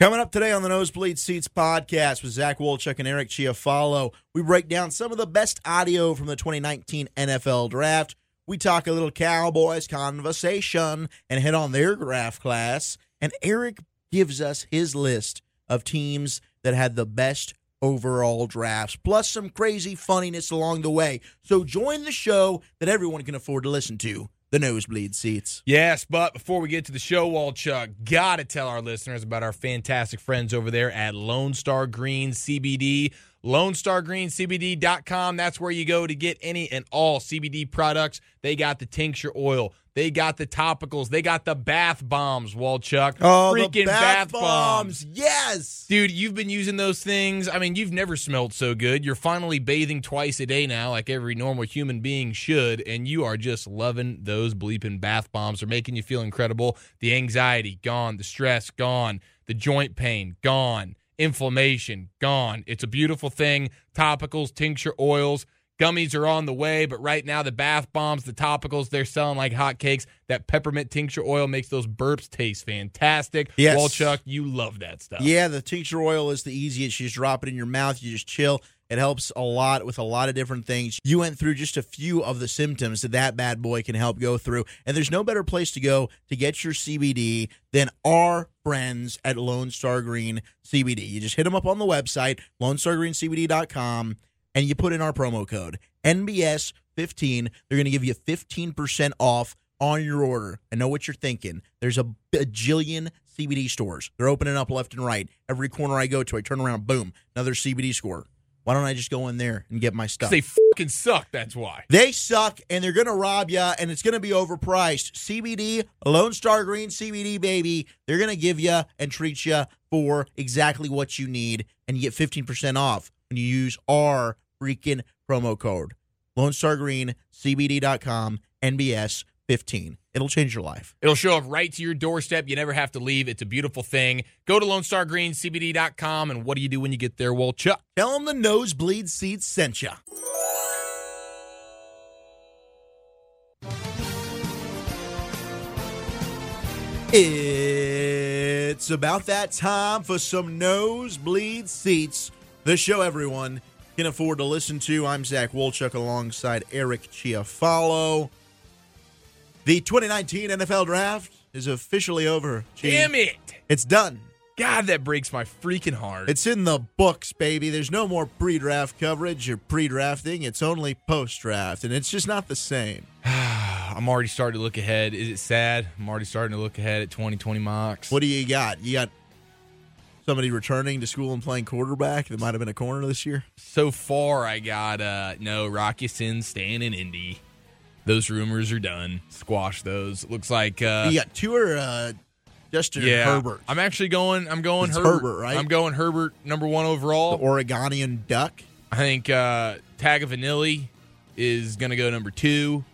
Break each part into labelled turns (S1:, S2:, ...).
S1: Coming up today on the Nosebleed Seats podcast with Zach Wolchuk and Eric Chiafalo, we break down some of the best audio from the 2019 NFL Draft. We talk a little Cowboys conversation and hit on their draft class. And Eric gives us his list of teams that had the best overall drafts, plus some crazy funniness along the way. So join the show that everyone can afford to listen to, the Nosebleed Seats.
S2: Yes, but before we get to the show, Walchuk, gotta tell our listeners about our fantastic friends over there at Lone Star Green CBD. LoneStarGreenCBD.com. That's where you go to get any and all CBD products. They got the tincture oil. They got the topicals. They got the bath bombs, Walchuk.
S1: Oh, the bath, bombs. Yes.
S2: Dude, you've been using those things. I mean, you've never smelled so good. You're finally bathing twice a day now, like every normal human being should, and you are just loving those bleeping bath bombs. They're making you feel incredible. The anxiety gone, the stress gone, the joint pain gone, inflammation gone. It's a beautiful thing. Topicals, tincture oils. Gummies are on the way, but right now the bath bombs, the topicals, they're selling like hotcakes. That peppermint tincture oil makes those burps taste fantastic.
S1: Yes.
S2: Walchuk, you love that stuff.
S1: Yeah, the tincture oil is the easiest. You just drop it in your mouth, you just chill. It helps a lot with a lot of different things. You went through just a few of the symptoms that that bad boy can help go through. And there's no better place to go to get your CBD than our friends at Lone Star Green CBD. You just hit them up on the website, lonestargreencbd.com, and you put in our promo code, NBS15. They're going to give you 15% off on your order. I know what you're thinking. There's a bajillion CBD stores. They're opening up left and right. Every corner I go to, I turn around, boom, another CBD store. Why don't I just go in there and get my stuff?
S2: They fucking suck, that's why.
S1: They suck and they're going to rob you and it's going to be overpriced. CBD, Lone Star Green CBD, baby. They're going to give you and treat you for exactly what you need. And you get 15% off when you use our freaking promo code Lone Star Green CBD.com NBS 15. It'll change your life.
S2: It'll show up right to your doorstep. You never have to leave. It's a beautiful thing. Go to LoneStarGreenCBD.com, and what do you do when you get there? Well, Chuck.
S1: Tell them the nosebleed seats sent you. It's about that time for some nosebleed seats. The show everyone can afford to listen to. I'm Zach Wolchuk alongside Eric Chiafalo. The 2019 NFL Draft is officially over. G.
S2: Damn it.
S1: It's done.
S2: God, that breaks my freaking heart.
S1: It's in the books, baby. There's no more pre draft coverage or pre drafting. It's only post draft, and it's just not the same.
S2: I'm already starting to look ahead. Is it sad? I'm already starting to look ahead at 2020 mocks.
S1: What do you got? You got somebody returning to school and playing quarterback that might have been a corner this year?
S2: So far, I got uh no Rocky Sin staying in Indy. Those rumors are done. Squash those. Looks like uh,
S1: you got Tour uh, Justin
S2: yeah.
S1: Herbert,
S2: I'm actually going. I'm going
S1: It's
S2: Herbert.
S1: Herbert, right?
S2: I'm going Herbert number one
S1: the
S2: overall.
S1: Oregonian Duck.
S2: I think uh, Tagavanilli is going to go number two.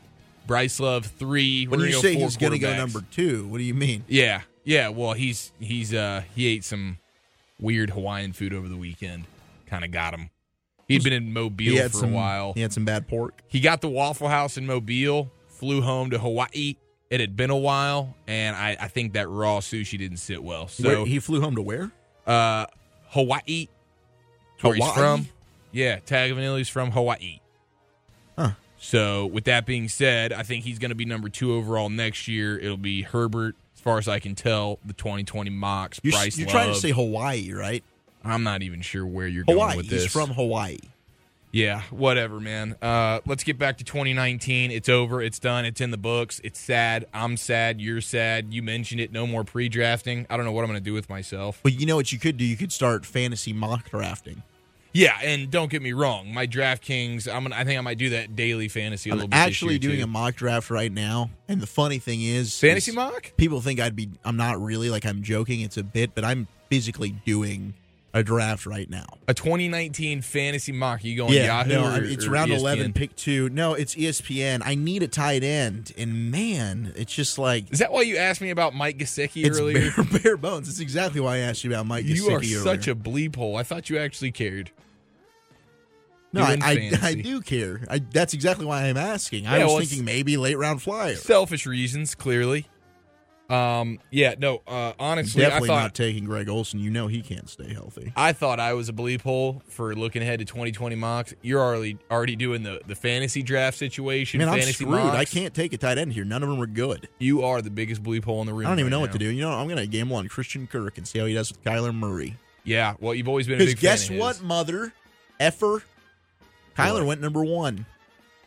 S2: Bryce Love three.
S1: When
S2: We're
S1: you
S2: gonna
S1: say
S2: go four
S1: he's going to go
S2: quarterbacks.
S1: number two, what do you mean?
S2: Yeah, yeah. Well, he's he's uh he ate some weird Hawaiian food over the weekend. Kind of got him. He'd been in Mobile
S1: he
S2: for
S1: had some,
S2: a while.
S1: He had some bad pork.
S2: He got the Waffle House in Mobile, flew home to Hawaii. It had been a while, and I, I think that raw sushi didn't sit well. So
S1: Where- he flew home to where?
S2: uh, Hawaii, it's where he's
S1: Hawaii?
S2: from. Yeah, Tagavanilli's from Hawaii.
S1: Huh.
S2: So with that being said, I think he's going to be number two overall next year. It'll be Herbert, as far as I can tell. The 2020 mocks,
S1: You're,
S2: Bryce
S1: you're trying to
S2: Love.
S1: say Hawaii, right?
S2: I'm not even sure where you're going
S1: Hawaii.
S2: with
S1: He's
S2: this.
S1: from Hawaii.
S2: Yeah, whatever, man. Uh, let's get back to 2019. It's over. It's done. It's in the books. It's sad. I'm sad. You're sad. You mentioned it. No more pre-drafting. I don't know what I'm going to do with myself.
S1: But you know what you could do? You could start fantasy mock drafting.
S2: Yeah, and don't get me wrong. My DraftKings. I'm gonna. I think I might do that daily fantasy a
S1: I'm
S2: little bit. this
S1: actually
S2: year,
S1: doing
S2: too.
S1: a mock draft right now, and the funny thing is,
S2: fantasy
S1: is
S2: mock.
S1: People think I'd be. I'm not really. Like I'm joking. It's a bit, but I'm physically doing a draft right now.
S2: A 2019 fantasy mock. You going Yahoo?
S1: no,
S2: or-
S1: I'm- it's
S2: or E
S1: round
S2: ESPN?
S1: 11, pick two. No, it's E ESPN. I need a tight end, and man, it's just like
S2: Is that why you asked me about Mike Gesicki
S1: it's
S2: earlier?
S1: bare, bare bones. It's exactly why I asked you about Mike.
S2: you
S1: Gesicki
S2: are such
S1: earlier.
S2: a bleep hole. I thought you actually cared.
S1: no.
S2: you
S1: I,
S2: in
S1: I, I
S2: fantasy.
S1: do care. I, that's exactly why I'm asking. I
S2: Yeah,
S1: was
S2: well, it's-
S1: thinking maybe late round flyer.
S2: Selfish reasons, clearly. Um, yeah, no, uh, honestly,
S1: Definitely
S2: I thought
S1: not taking Greg Olson. You know he can't stay healthy.
S2: I thought I was a bleep hole for looking ahead to 2020 mocks. You're already already doing the, the fantasy draft situation.
S1: Man, I'm
S2: fantasy
S1: screwed.
S2: Mocks.
S1: I can't take a tight end here. None of them are good.
S2: You are the biggest bleep hole in the room.
S1: I don't even
S2: right
S1: know what to
S2: now.
S1: do. You know, I'm going to gamble on Christian Kirk and see how he does with Kyler Murray.
S2: Yeah, well, you've always been a
S1: Because
S2: big
S1: guess
S2: fan of
S1: what,
S2: his.
S1: mother effer, Kyler
S2: What?
S1: went number one.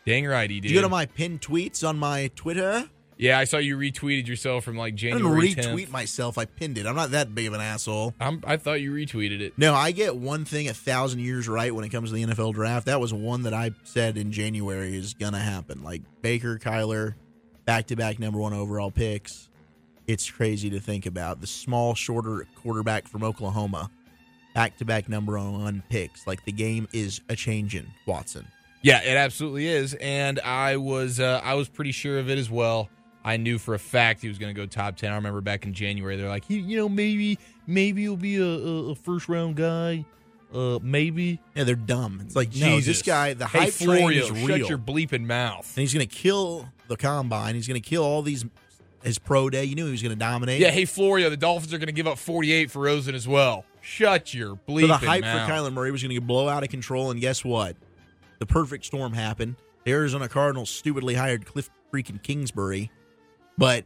S2: Dang right, he did.
S1: Did you go to my pinned tweets on my Twitter?
S2: yeah, I saw you retweeted yourself from like
S1: I didn't
S2: January
S1: retweet
S2: 10th.
S1: myself. I pinned it. I'm not that big of an asshole.
S2: I'm, I thought you retweeted it.
S1: No, I get one thing a thousand years right when it comes to the NFL draft. That was one that I said in January is going to happen. Like Baker, Kyler, back to back number one overall picks. It's crazy to think about. The small, shorter quarterback from Oklahoma, back to back number one picks. Like the game is a changing, Watson.
S2: Yeah, it absolutely is, and I was uh, I was pretty sure of it as well. I knew for a fact he was going to go top ten. I remember back in January, they're like, you, you know, maybe maybe he'll be a, a, a first round guy, uh, maybe.
S1: Yeah, they're dumb. It's like,
S2: Jesus.
S1: no, this guy, the
S2: Hey,
S1: hype
S2: Florio,
S1: train is real.
S2: shut your bleeping mouth.
S1: and he's going to kill the combine. He's going to kill all these, his pro day. You knew he was going to dominate.
S2: Yeah, hey Florio, the Dolphins are going to give up 48 for Rosen as well. Shut your bleeping
S1: So the hype
S2: mouth.
S1: for Kyler Murray was going to blow out of control, and guess what? The perfect storm happened. The Arizona Cardinals stupidly hired Cliff freaking Kingsbury, but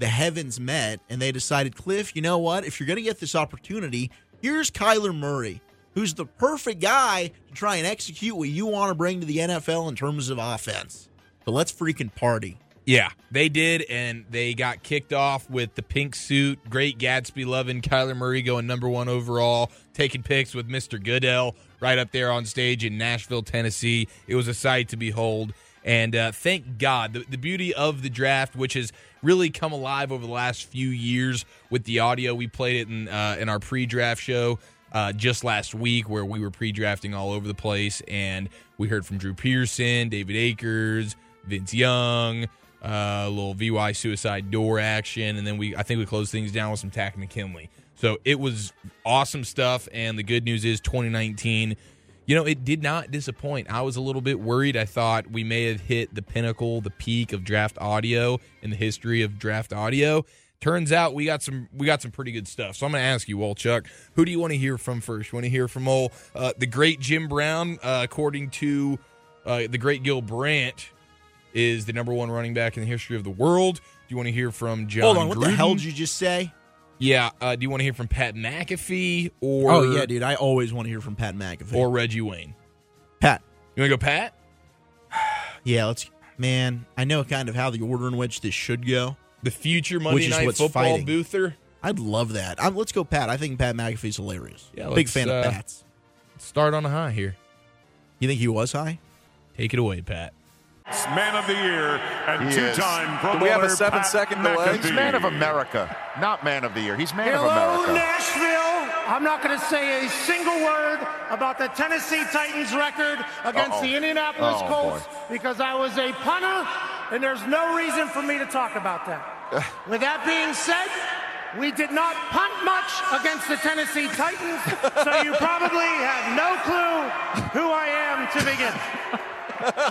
S1: the heavens met, and they decided, Cliff, you know what? If you're going to get this opportunity, here's Kyler Murray, who's the perfect guy to try and execute what you want to bring to the NFL in terms of offense. So let's freaking party.
S2: Yeah, they did, and they got kicked off with the pink suit. Great Gatsby loving Kyler Murray going number one overall, taking pics with Mr. Goodell right up there on stage in Nashville, Tennessee. It was a sight to behold. And uh, thank God, the, the beauty of the draft, which has really come alive over the last few years with the audio. We played it in uh, in our pre-draft show uh, just last week where we were pre-drafting all over the place, and we heard from Drew Pearson, David Akers, Vince Young, uh, a little VY suicide door action, and then we I think we closed things down with some Tack McKinley. So it was awesome stuff, and the good news is 2019. You know, it did not disappoint. I was a little bit worried. I thought we may have hit the pinnacle, the peak of draft audio in the history of draft audio. Turns out we got some we got some pretty good stuff. So I'm going to ask you, Walchuk, who do you want to hear from first? You want to hear from old uh, the great Jim Brown, uh, according to uh, the great Gil Brandt, is the number one running back in the history of the world. Do you want to hear from John?
S1: Hold on, what the
S2: Gruden?
S1: hell did you just say?
S2: Yeah. Uh, do you want to hear from Pat McAfee or
S1: Oh yeah, dude, I always want to hear from Pat McAfee
S2: or Reggie Wayne?
S1: Pat.
S2: You want to go, Pat?
S1: Yeah, let's. Man, I know kind of how the order in which this should go.
S2: The future Monday
S1: Which is
S2: Night
S1: what's
S2: Football
S1: fighting.
S2: Boother.
S1: I'd love that. I'm, let's go, Pat. I think Pat McAfee's hilarious.
S2: Yeah,
S1: big
S2: let's,
S1: fan of
S2: uh,
S1: Pat's.
S2: Start on a high here.
S1: You think he was high?
S2: Take it away, Pat.
S3: Man of the Year and
S4: He is.
S3: two-time Pro
S5: Do we have a
S3: Bowler Pat
S5: seven-second delay?
S4: He's
S3: McAfee.
S4: man of America, not man of the year. He's man of
S6: Hello,
S4: America.
S6: Nashville. I'm not going to say a single word about the Tennessee Titans record against
S4: Uh-oh.
S6: the Indianapolis
S4: Oh,
S6: Colts
S4: boy.
S6: because I was a punter, and there's no reason for me to talk about that.
S4: Uh.
S6: With that being said, we did not punt much against the Tennessee Titans, so you probably have no clue who I am to begin.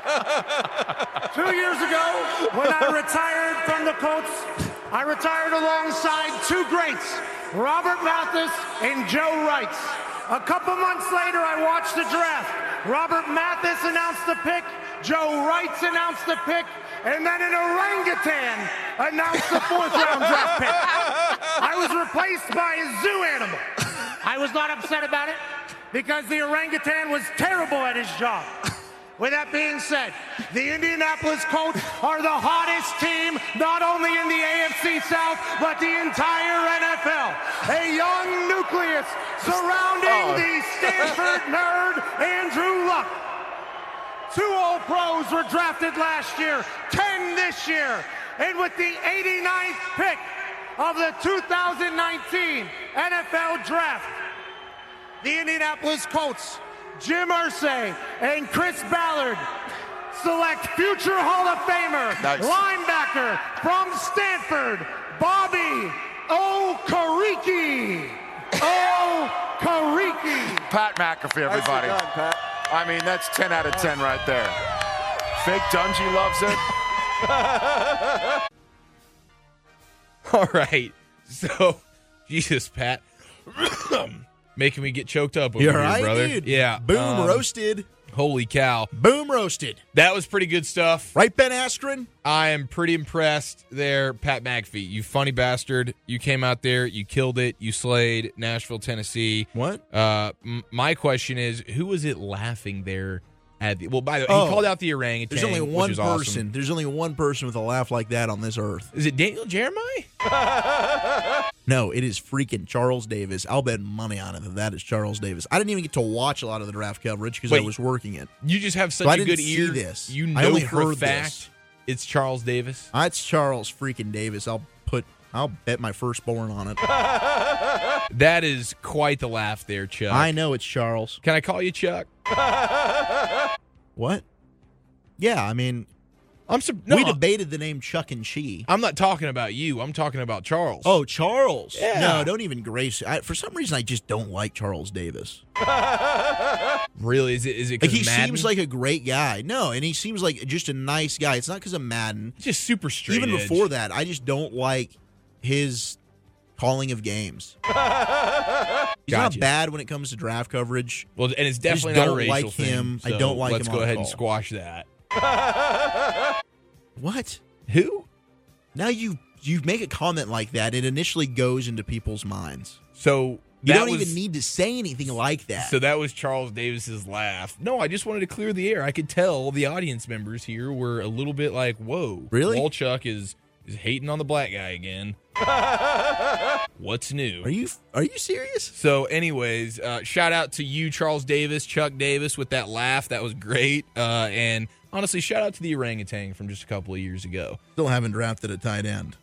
S6: Two years ago, when I retired from the Colts, I retired alongside two greats, Robert Mathis and Joe Wrights. A couple months later, I watched the draft. Robert Mathis announced the pick, Joe Wrights announced the pick, and then an orangutan announced the fourth round draft pick. I was replaced by a zoo animal. I was not upset about it because the orangutan was terrible at his job. With that being said, the Indianapolis Colts are the hottest team, not only in the AFC South, but the entire NFL. A young nucleus surrounding
S4: Oh.
S6: the Stanford nerd, Andrew Luck. Two All Pros were drafted last year, 10 this year, and with the 89th pick of the 2019 NFL Draft the Indianapolis Colts, Jim Irsay, and Chris Ballard select future Hall of Famer
S4: Nice.
S6: linebacker from Stanford, Bobby Okereke. Okereke.
S4: Pat McAfee, everybody.
S5: Nicely done, Pat.
S4: I mean, that's 10 out of 10 right there. Fake Dungy loves it.
S2: All right. So, Jesus, Pat, making me get choked up over
S1: You all
S2: here,
S1: right,
S2: brother.
S1: dude?
S2: Yeah.
S1: Boom
S2: um,
S1: roasted.
S2: Holy cow.
S1: Boom roasted.
S2: That was pretty good stuff.
S1: Right, Ben Askren?
S2: I am pretty impressed there, Pat McAfee. You funny bastard. You came out there. You killed it. You slayed Nashville, Tennessee.
S1: What?
S2: Uh, m- my question is, who was it laughing there at the? Well, by the way,
S1: Oh.
S2: he called out the orangutan.
S1: There's only
S2: which
S1: one
S2: is
S1: person.
S2: awesome.
S1: There's only one person with a laugh like that on this earth.
S2: Is it Daniel Jeremiah?
S1: No, it is freaking Charles Davis. I'll bet money on it that that is Charles Davis. I didn't even get to watch a lot of the draft coverage because I
S2: Wait.
S1: was working it.
S2: You just have such
S1: But I
S2: a
S1: didn't
S2: good
S1: see
S2: ear.
S1: this.
S2: You know
S1: I only
S2: for a
S1: heard
S2: fact
S1: this.
S2: it's Charles Davis.
S1: Ah, It's Charles freaking Davis. I'll put. I'll bet my firstborn on it.
S2: That is quite the laugh there, Chuck.
S1: I know it's Charles.
S2: Can I call you Chuck?
S1: What? Yeah, I mean,
S2: I'm sur- no,
S1: we debated the name Chuck E. and Chi.
S2: I'm not talking about you. I'm talking about Charles.
S1: Oh, Charles.
S2: Yeah.
S1: No, don't even grace. I, for some reason, I just don't like Charles Davis.
S2: really? Is it? Is it?
S1: Like
S2: 'cause
S1: he
S2: Madden?
S1: seems like a great guy. No, and he seems like just a nice guy. It's not because of Madden.
S2: just super straight.
S1: Even
S2: edge.
S1: before that, I just don't like his calling of games. He's
S2: Gotcha.
S1: not bad when it comes to draft coverage.
S2: Well, and it's
S1: just
S2: definitely not a
S1: don't
S2: racial
S1: like
S2: thing,
S1: him. I
S2: so
S1: don't like
S2: Let's
S1: him
S2: go
S1: on
S2: ahead and
S1: call.
S2: squash that.
S1: What?
S2: Who?
S1: Now you you make a comment like that, it initially goes into people's minds.
S2: So
S1: You
S2: that
S1: don't
S2: was,
S1: even need to say anything like that.
S2: So that was Charles Davis's laugh. No, I just wanted to clear the air. I could tell the audience members here were a little bit like, "Whoa,
S1: Really?
S2: Walchuk is is hating on the black guy again." What's new?
S1: are you are you serious?
S2: so, anyways, uh, shout out to you, Charles Davis, Chuck Davis, with that laugh. That was great. Uh, and honestly, shout out to the orangutan from just a couple of years ago.
S1: Still haven't drafted a tight end.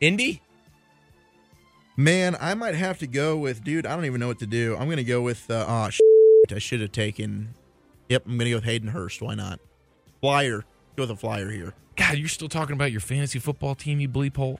S2: Indy,
S1: Man, I might have to go with dude. I don't even know what to do. I'm gonna go with uh, oh, I should have taken. Yep, I'm gonna go with Hayden Hurst. Why not? Flyer, go with a flyer here.
S2: God, you're still talking about your fantasy football team, you bleep hole.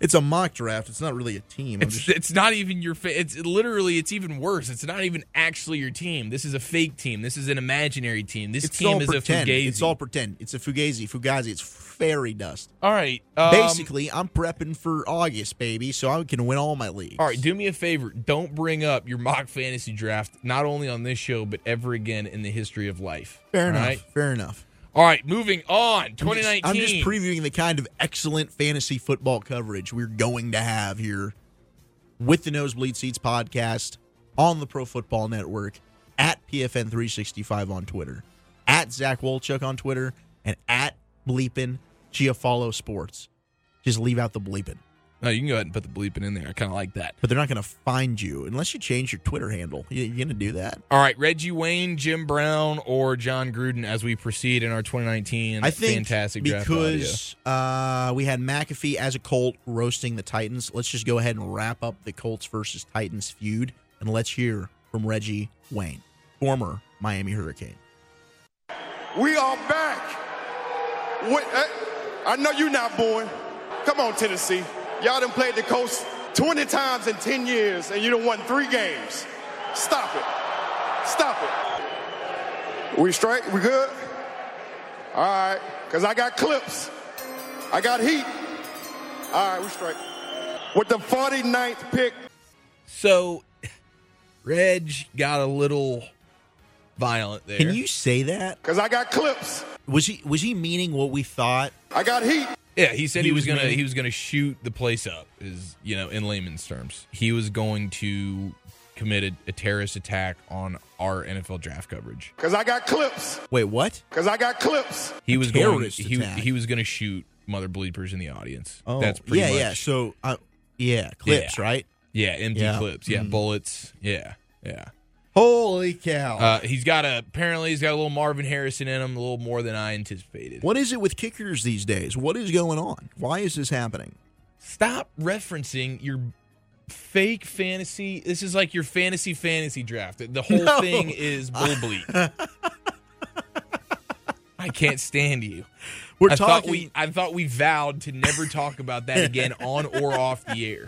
S1: It's a mock draft. It's not really a team. I'm
S2: It's,
S1: just,
S2: it's not even your. Fa- it's literally. It's even worse. It's not even actually your team. This is a fake team. This is an imaginary team. This
S1: it's
S2: team
S1: all
S2: is
S1: pretend.
S2: a fugazi.
S1: It's all pretend. It's a fugazi, fugazi. It's fairy dust.
S2: all right. um,
S1: Basically, I'm prepping for August, baby, so I can win all my leagues.
S2: All right. Do me a favor. Don't bring up your mock fantasy draft. Not only on this show, but ever again in the history of life.
S1: fair
S2: All
S1: enough.
S2: right?
S1: Fair enough.
S2: All right. Moving on.
S1: I'm just-
S2: 2019.
S1: I'm just previewing the kind of excellent fantasy football coverage we're going to have here with the Nosebleed Seats podcast on the Pro Football Network, at PFN365 on Twitter, at Zach Wolchuk on Twitter, and at Bleepin Giafalo Sports. Just leave out the bleepin,
S2: no, you can go ahead and put the bleeping in there. I kind of like that.
S1: but they're not going to find you unless you change your Twitter handle. You, you're going to do that?
S2: All right. Reggie Wayne, Jim Brown, or John Gruden as we proceed in our 2019.
S1: I think
S2: fantastic draft audio.
S1: because uh, we had McAfee as a Colt roasting the Titans. Let's just go ahead and wrap up the Colts versus Titans feud, and let's hear from Reggie Wayne, former Miami Hurricane.
S5: We are back. We- eh, I know you're not booing. Come on, Tennessee. Y'all done played the Colts 20 times in 10 years, and you done won three games. Stop it. Stop it. We straight? We good? All right, because I got clips. I got heat. All right, we straight. With the 49th pick,
S2: So, Reg got a little violent there.
S1: Can you say that?
S5: because I got clips.
S1: Was he was he meaning what we thought?
S5: I got heat.
S2: Yeah, he said he,
S1: He
S2: was
S1: was
S2: gonna
S1: mean.
S2: he was gonna shoot the place up. Is you know in layman's terms, he was going to commit a, a terrorist attack on our NFL draft coverage.
S5: Because I got clips.
S1: Wait, what?
S5: Because I got clips.
S2: He was going
S1: terrorist
S2: he,
S1: attack? Oh,
S2: he was gonna shoot mother bleepers in the audience. that's pretty
S1: yeah,
S2: much
S1: yeah. So, uh, yeah, clips,
S2: Oh. Yeah.
S1: right?
S2: yeah empty
S1: Yeah. Mm-hmm.
S2: clips, yeah bullets, yeah, yeah.
S1: Holy cow!
S2: Uh, he's got a apparently he's got a little Marvin Harrison in him, a little more than I anticipated.
S1: what is it with kickers these days? What is going on? Why is this happening?
S2: Stop referencing your fake fantasy. This is like your fantasy fantasy draft. The whole
S1: No.
S2: thing is bull bleep. I can't stand you.
S1: We're
S2: I thought
S1: talking.
S2: we I thought we vowed to never talk about that again on or off the air.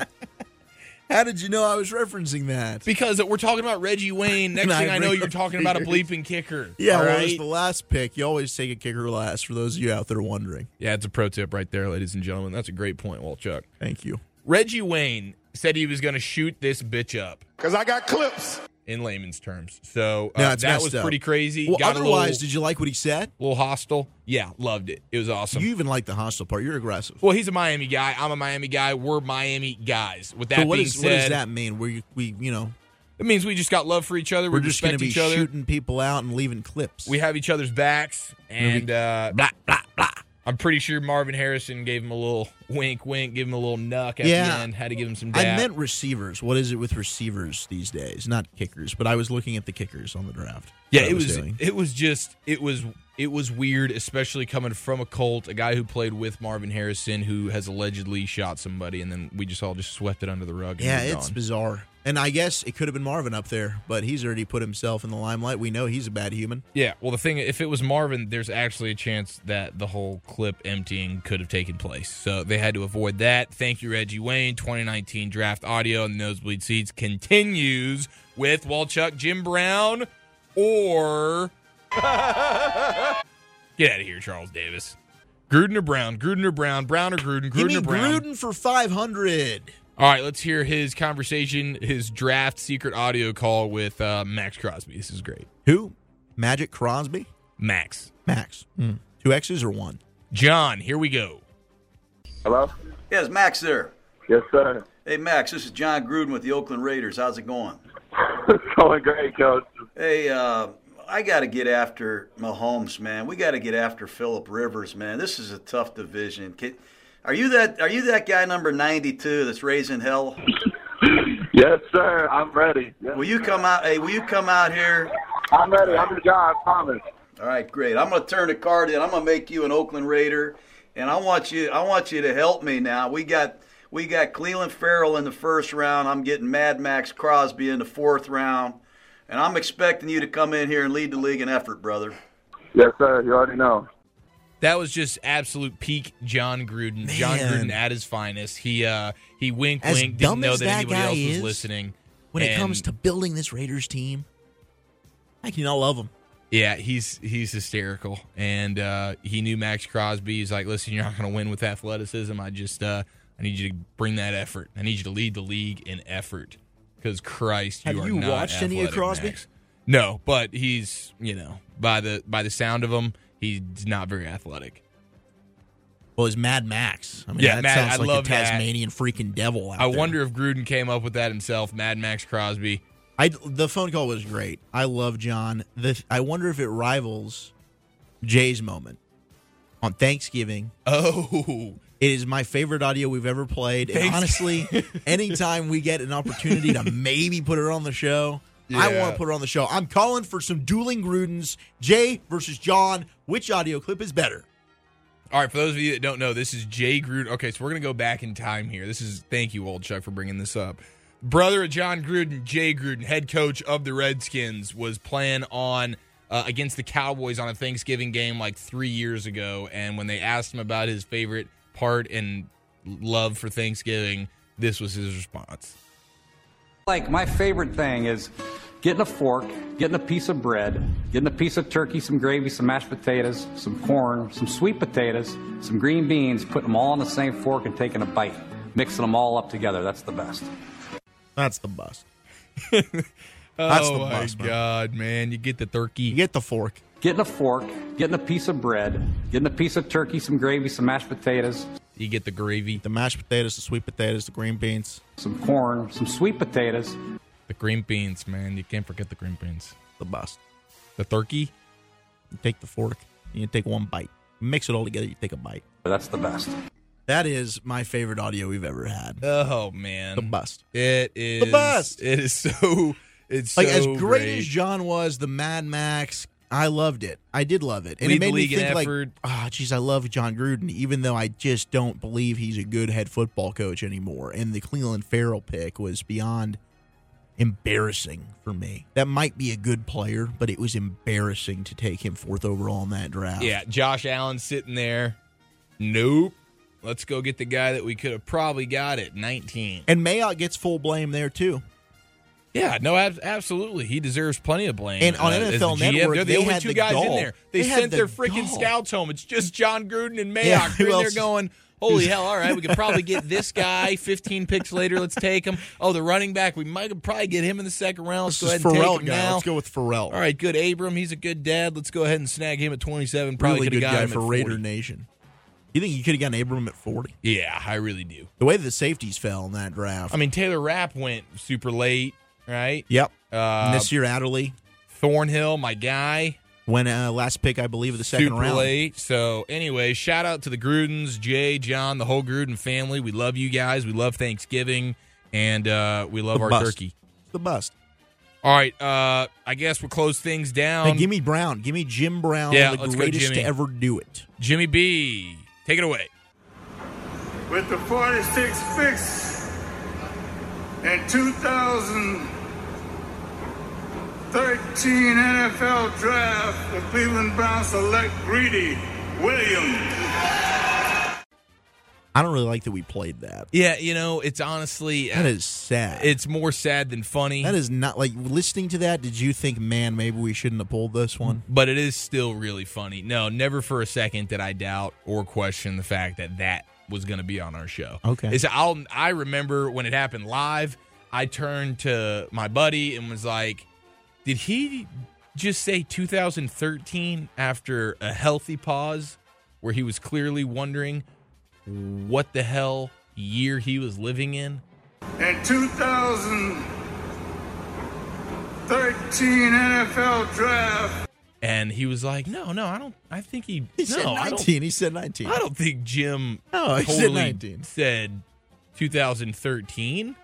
S1: How did you know I was referencing that?
S2: Because we're talking about Reggie Wayne. Next
S1: And I
S2: thing I know,
S1: bring
S2: you're
S1: up
S2: talking about a
S1: figures.
S2: bleeping kicker.
S1: Yeah,
S2: all
S1: well,
S2: right?
S1: it's the last pick. You always take a kicker last, for those of you out there wondering.
S2: yeah, it's a pro tip right there, ladies and gentlemen. That's a great point, Walt Chuck.
S1: Thank you.
S2: Reggie Wayne said he was going to shoot this bitch up
S5: Because I got clips.
S2: in layman's terms. So uh,
S1: No, it's
S2: that
S1: messed
S2: was
S1: up.
S2: pretty crazy.
S1: Well,
S2: Got
S1: otherwise,
S2: a little,
S1: did you like what he said?
S2: little hostile. Yeah, loved it. It was awesome.
S1: You even like the hostile part. You're aggressive.
S2: well, he's a Miami guy. I'm a Miami guy. We're Miami guys. With that
S1: so what,
S2: being
S1: is,
S2: said,
S1: what does that mean? Where you, we, you know,
S2: it means we just got love for each other.
S1: we're
S2: we
S1: just going
S2: respect
S1: to be
S2: each other.
S1: shooting people out and leaving clips.
S2: We have each other's backs, and uh,
S1: blah blah blah.
S2: I'm pretty sure Marvin Harrison gave him a little wink, wink, give him a little knuck at
S1: Yeah.
S2: the end. Had to give him some dap.
S1: I meant receivers. What is it with receivers these days? Not kickers, but I was looking at the kickers on the draft.
S2: yeah,
S1: That I
S2: it was
S1: doing.
S2: it was just it was it was weird, especially coming from a Colt, a guy who played with Marvin Harrison, who has allegedly shot somebody, and then we just all just swept it under the rug. And
S1: Yeah,
S2: moved
S1: it's
S2: on.
S1: bizarre. And I guess it could have been Marvin up there, but he's already put himself in the limelight. We know he's a bad human.
S2: yeah. Well, the thing, if it was Marvin, there's actually a chance that the whole clip emptying could have taken place, so they had to avoid that. Thank you, Reggie Wayne. 2019 draft audio and the nosebleed seats continues with Walchuk, Jim Brown, or get out of here, Charles Davis. Gruden or Brown? Gruden or Brown? Brown or Gruden?
S1: you
S2: Gruden or
S1: mean
S2: Brown?
S1: Gruden for five hundred?
S2: All right, let's hear his conversation, his draft secret audio call with uh, Max Crosby. This is great.
S1: Who? Magic Crosby?
S2: Max.
S1: Max. Two X's or one?
S2: John, here we go.
S7: Hello?
S8: Yes, Max there.
S7: Yes, sir.
S8: Hey, Max, this is John Gruden with the Oakland Raiders. How's it going?
S7: It's going great, coach.
S8: Hey, uh, I got to get after Mahomes, man. We got to get after Philip Rivers, man. This is a tough division. Can, are you that? Are you that guy number ninety-two that's raising hell?
S7: Yes, sir. I'm ready. Yes,
S8: Will you come out? Hey, will you come out here?
S7: I'm ready. I'm the guy. I promise.
S8: All right, great. I'm gonna turn the card in. I'm gonna make you an Oakland Raider, and I want you. I want you to help me now. We got we got Cleveland Farrell in the first round. I'm getting Mad Max Crosby in the fourth round, and I'm expecting you to come in here and lead the league in effort, brother.
S7: Yes, sir. You already know.
S2: That was just absolute peak John Gruden. John
S1: Man.
S2: Gruden at his finest. He uh he wink
S1: As
S2: wink,
S1: dumb
S2: didn't know
S1: as
S2: that,
S1: that
S2: anybody
S1: guy
S2: else was
S1: is,
S2: listening.
S1: When it
S2: And,
S1: comes to building this Raiders team, I can all love him.
S2: Yeah, he's he's hysterical. And uh he knew Max Crosby. He's like, listen, you're not gonna win with athleticism. I just uh I need you to bring that effort. I need you to lead the league in effort. Because Christ,
S1: Have
S2: you are
S1: you
S2: not
S1: watched any of
S2: athletic,
S1: Crosby?
S2: Max. No, but he's you know, by the by the sound of him, he's not very athletic.
S1: Well, it's Mad Max. I mean,
S2: Yeah,
S1: that
S2: Mad-
S1: sounds
S2: I
S1: like
S2: love
S1: a
S2: that.
S1: Tasmanian freaking devil. Out
S2: I
S1: there.
S2: wonder if Gruden came up with that himself, Mad Max Crosby.
S1: I the phone call was great. I love John. The, I wonder if it rivals Jay's moment on Thanksgiving.
S2: Oh,
S1: It is my favorite audio we've ever played. And
S2: Thanks.
S1: honestly, anytime we get an opportunity to maybe put her on the show, I
S2: Yeah.
S1: want to put her on the show. I'm calling for some dueling Grudens, Jay versus John. Which audio clip is better?
S2: All right, for those of you that don't know, this is Jay Gruden. Okay, so we're going to go back in time here. This is, thank you, old Chuck, for bringing this up. Brother of John Gruden, Jay Gruden, head coach of the Redskins, was playing on uh, against the Cowboys on a Thanksgiving game like three years ago. And when they asked him about his favorite part and love for Thanksgiving, this was his response.
S9: Like, my favorite thing is getting a fork, getting a piece of bread, getting a piece of turkey, some gravy, some mashed potatoes, some corn, some sweet potatoes, some green beans, putting them all on the same fork and taking a bite, mixing them all up together. That's the best.
S1: That's the bust.
S2: That's
S1: the
S2: oh, my
S1: best, man.
S2: God, man. You get the turkey.
S1: You get the fork.
S9: Getting a fork, getting a piece of bread, getting a piece of turkey, some gravy, some mashed potatoes,
S2: You get the gravy,
S1: The mashed potatoes, the sweet potatoes, the green beans,
S9: some corn, some sweet potatoes,
S2: the green beans, man. You can't forget the green beans.
S1: the bust.
S2: The turkey.
S1: You take the fork, and you take one bite. Mix it all together, you take a bite.
S9: that's the best.
S1: That is my favorite audio we've ever had.
S2: Oh man,
S1: The bust.
S2: It is
S1: best.
S2: It is so. It's
S1: like
S2: so
S1: as great, as John was, the Mad Max, I loved it. I did love it, and
S2: Lead
S1: it
S2: the
S1: made me
S2: league in
S1: think like,
S2: effort.
S1: ah, geez, I love John Gruden, even though I just don't believe he's a good head football coach anymore. And the Cleveland Farrell pick was beyond embarrassing for me. That might be a good player, but it was embarrassing to take him fourth overall in that draft.
S2: yeah. Josh Allen sitting there. Nope. Let's go get the guy that we could have probably got at 19.
S1: And Mayock gets full blame there too.
S2: Yeah, no, ab- absolutely. He deserves plenty of blame. Uh,
S1: And on
S2: as the
S1: NFL
S2: GM.
S1: Network,
S2: they're the
S1: they
S2: only
S1: had
S2: two
S1: the
S2: guys in
S1: gall.
S2: there. They,
S1: They had
S2: sent their
S1: the
S2: freaking
S1: gall.
S2: scouts home. It's just John Gruden and Mayock.
S1: Yeah,
S2: They're
S1: who
S2: in there
S1: else?
S2: going, holy hell, all right, we could probably get this guy 15 picks later. Let's take him. Oh, the running back, we might probably get him in the second round. Let's
S1: This is
S2: go ahead and
S1: Pharrell
S2: take him
S1: guy.
S2: now.
S1: Let's go with Pharrell.
S2: All right, good Abram. He's a good dad. Let's go ahead and snag him at 27. Probably
S1: really
S2: could have
S1: good
S2: got
S1: guy
S2: him
S1: for
S2: at
S1: Raider
S2: 40.
S1: Nation. You think you could have gotten Abram at forty?
S2: Yeah, I really do.
S1: The way that the safeties fell in that draft.
S2: I mean, Taylor Rapp went super late, right?
S1: yep. And
S2: Uh,
S1: this year, Adderley
S2: Thornhill, my guy,
S1: went uh, last pick, I believe, of the second
S2: super
S1: round.
S2: late. So, anyway, shout out to the Grudens, Jay, John, the whole Gruden family. We love you guys. We love Thanksgiving, and uh, we love
S1: The
S2: our
S1: bust.
S2: turkey.
S1: The bust.
S2: All right, uh, I guess we'll close things down.
S1: Hey, give me Brown. Give me Jim Brown,
S2: Um, Yeah,
S1: the
S2: let's go
S1: greatest to
S2: Jimmy.
S1: ever do it.
S2: Jimmy B, take it away.
S10: with the 46 fix and 2013 NFL Draft, the Cleveland Browns select Greedy Williams.
S1: I don't really like that we played that.
S2: Yeah, you know, it's honestly,
S1: That is sad.
S2: it's more sad than funny.
S1: that is not like listening to that. Did you think, man, maybe we shouldn't have pulled this one?
S2: but it is still really funny. No, never for a second did I doubt or question the fact that that was going to be on our show.
S1: Okay.
S2: It's, I'll, I remember when it happened live, I turned to my buddy and was like, did he just say 2013 after a healthy pause where he was clearly wondering what the hell year he was living in?
S10: and 2013 NFL Draft.
S2: And he was like, no, no, I don't, I think he,
S1: He
S2: no,
S1: said
S2: I don't
S1: 19. He said 19.
S2: I don't think Jim
S1: No, he said
S2: totally
S1: 19.
S2: said 2013.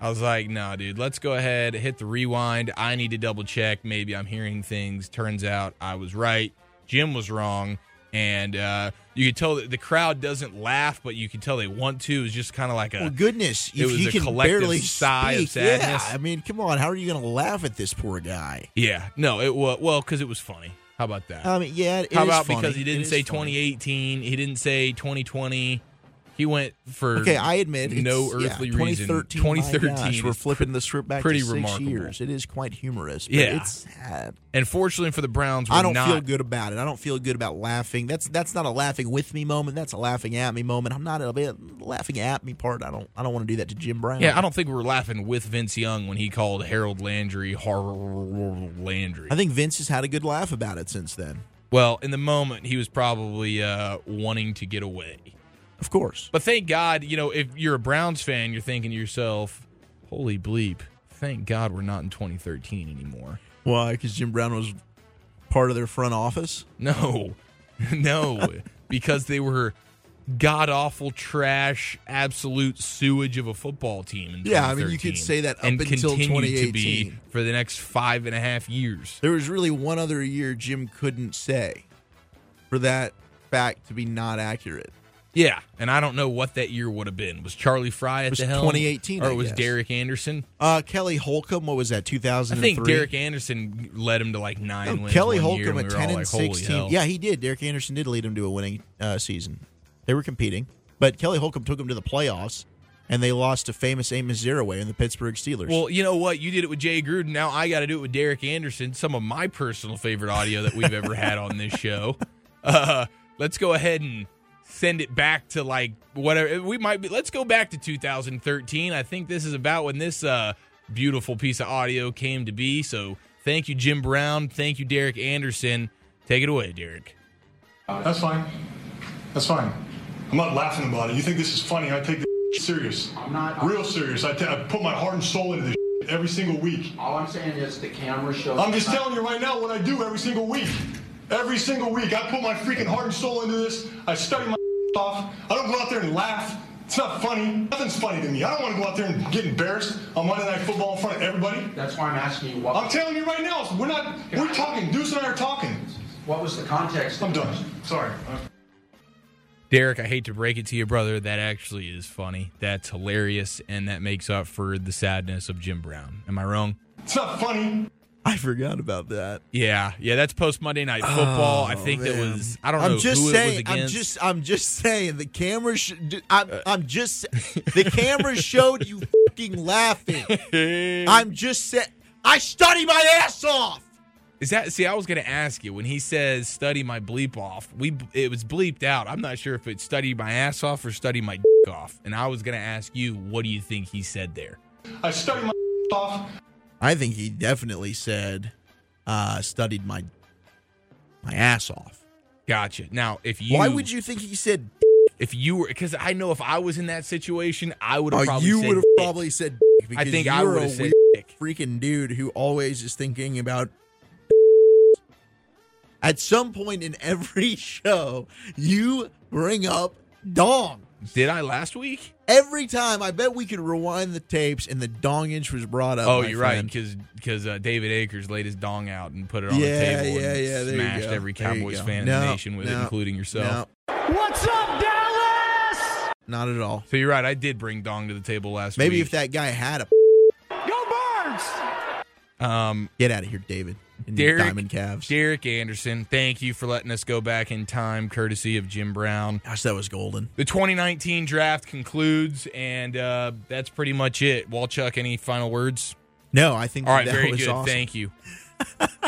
S2: I was like, nah, dude, let's go ahead, hit the rewind. I need to double check. Maybe I'm hearing things. Turns out I was right. Jim was wrong. And uh, you could tell that the crowd doesn't laugh, but you could tell they want to. It's just kind of like a.
S1: Well, goodness,
S2: It
S1: if
S2: was
S1: you
S2: a
S1: can
S2: collective
S1: barely
S2: sigh of
S1: speak,
S2: sadness.
S1: Yeah, I mean, come on, how are you going to laugh at this poor guy?
S2: yeah, no, it was. Well, because it was funny. How about that?
S1: I mean, yeah, it
S2: How
S1: is
S2: about
S1: funny.
S2: because he
S1: It
S2: didn't
S1: is
S2: say
S1: funny.
S2: 2018? He didn't say 2020. He went for
S1: Okay, I admit it's-
S2: no
S1: yeah,
S2: earthly reason.
S1: 2013, my
S2: 2013
S1: gosh, we're flipping the script back
S2: pretty
S1: to six
S2: remarkable.
S1: years. It is quite humorous. But
S2: Yeah.
S1: it's sad.
S2: And fortunately for the Browns, we're
S1: I don't
S2: not,
S1: feel good about it. I don't feel good about laughing. That's that's not a laughing with me moment. That's a laughing at me moment. I'm not a bit laughing at me part. I don't I don't want to do that to Jim Brown.
S2: Yeah, I don't think we were laughing with Vince Young when he called Harold Landry Harold Landry.
S1: I think Vince has had a good laugh about it since then.
S2: Well, in the moment, he was probably uh, wanting to get away.
S1: Of course.
S2: But thank God, you know, if you're a Browns fan, you're thinking to yourself, "Holy bleep! Thank God we're not in 2013 anymore."
S1: Why? Because Jim Brown was part of their front office.
S2: No, no, because they were god awful trash, absolute sewage of a football team. In
S1: Yeah, I mean, you could
S2: 2013,
S1: say that up
S2: and
S1: until
S2: continue to be
S1: 2018.
S2: for the next five and a half years.
S1: There was really one other year Jim couldn't say for that fact to be not accurate.
S2: Yeah, and I don't know what that year would have been. Was Charlie Fry at
S1: was
S2: the helm?
S1: 2018,
S2: or
S1: I
S2: was
S1: guess.
S2: Derek Anderson?
S1: Uh, Kelly Holcomb, what was that,
S2: I
S1: 2003?
S2: think Derek Anderson led him to like nine
S1: No,
S2: wins.
S1: Oh, Kelly
S2: one year,
S1: Holcomb,
S2: and
S1: a
S2: we were all
S1: 10 and
S2: like, "Holy
S1: 16.
S2: hell."
S1: Yeah, he did. Derek Anderson did lead him to a winning uh, season. They were competing, but Kelly Holcomb took him to the playoffs, and they lost to famous Amos Zeroway and the Pittsburgh Steelers.
S2: Well, you know what? You did it with Jay Gruden. Now I got to do it with Derek Anderson. Some of my personal favorite audio that we've ever had on this show. Uh, let's go ahead and send it back to like whatever we might be. Let's go back to 2013. I think this is about when this uh, beautiful piece of audio came to be. So thank you, Jim Brown. Thank you, Derek Anderson. Take it away, Derek.
S11: Uh, That's fine. That's fine. I'm not laughing about it. You think this is funny? I take this serious. I'm not. Real serious. I ta- I put my heart and soul into this every single week.
S12: All I'm saying is the camera shows.
S11: I'm just telling you right now what I do every single week. Every single week, I put my freaking heart and soul into this. I study my off. I don't go out there and laugh. It's not funny. Nothing's funny to me. I don't want to go out there and get embarrassed on Monday Night Football in front of everybody.
S12: That's why I'm asking you
S11: I'm
S12: what,
S11: telling you right now, we're not. We're talking. Deuce and I are talking.
S12: what was the context?
S11: I'm done. Sorry.
S2: Derek, I hate to break it to you, brother. That actually is funny. That's hilarious, and that makes up for the sadness of Jim Brown. Am I wrong?
S11: It's not funny.
S1: I forgot about that.
S2: Yeah, yeah, that's post Monday Night Football.
S1: Oh,
S2: I think that
S1: man.
S2: was. um, I don't
S1: I'm
S2: know
S1: just
S2: who
S1: saying,
S2: it was
S1: I'm
S2: against. Uh,
S1: just. I'm just saying. The camera. Sh- d- I'm. I'm just. The camera showed you fucking laughing. I'm just saying. I study my ass off.
S2: Is that see? I was gonna ask you when he says "study my bleep off." We it was bleeped out. I'm not sure if it's "study my ass off" or "study my dick off." And I was gonna ask you, what do you think he said there?
S11: I study my off.
S1: I think he definitely said, uh, "Studied my my ass off."
S2: Gotcha. Now, if you
S1: Why would you think he said?
S2: if you were because I know if I was in that situation, I would have
S1: Oh,
S2: probably
S1: you
S2: said
S1: would have
S2: dick.
S1: probably said. dick
S2: I
S1: Because
S2: think
S1: you're
S2: I would
S1: a
S2: have said
S1: weird
S2: dick.
S1: freaking dude who always is thinking about. At some point in every show, you bring up dong.
S2: Did I last week?
S1: Every time, I bet we could rewind the tapes and the dongage was brought up.
S2: Oh,
S1: my
S2: you're right,
S1: friend.
S2: because because uh, David Akers laid his dong out and put it on
S1: Yeah,
S2: the
S1: yeah,
S2: table and
S1: yeah, there you
S2: smashed
S1: go.
S2: every
S1: There you
S2: Cowboys
S1: go.
S2: fan in
S1: No,
S2: the nation with it,
S1: no,
S2: including yourself.
S1: No,
S6: What's up, Dallas?
S1: not at all.
S2: So you're right. I did bring dong to the table last
S1: Maybe
S2: week.
S1: if that guy had a
S6: Go Birds!
S2: that um,
S1: get out of here, David. And your
S2: Derek-
S1: Diamond Cavs.
S2: Derek Anderson, thank you for letting us go back in time, courtesy of Jim Brown.
S1: Gosh, that was golden.
S2: The 2019 draft concludes, and uh, that's pretty much it. Walchuk, any final words?
S1: No, I think
S2: All right,
S1: that
S2: very
S1: was
S2: good.
S1: awesome.
S2: Thank you.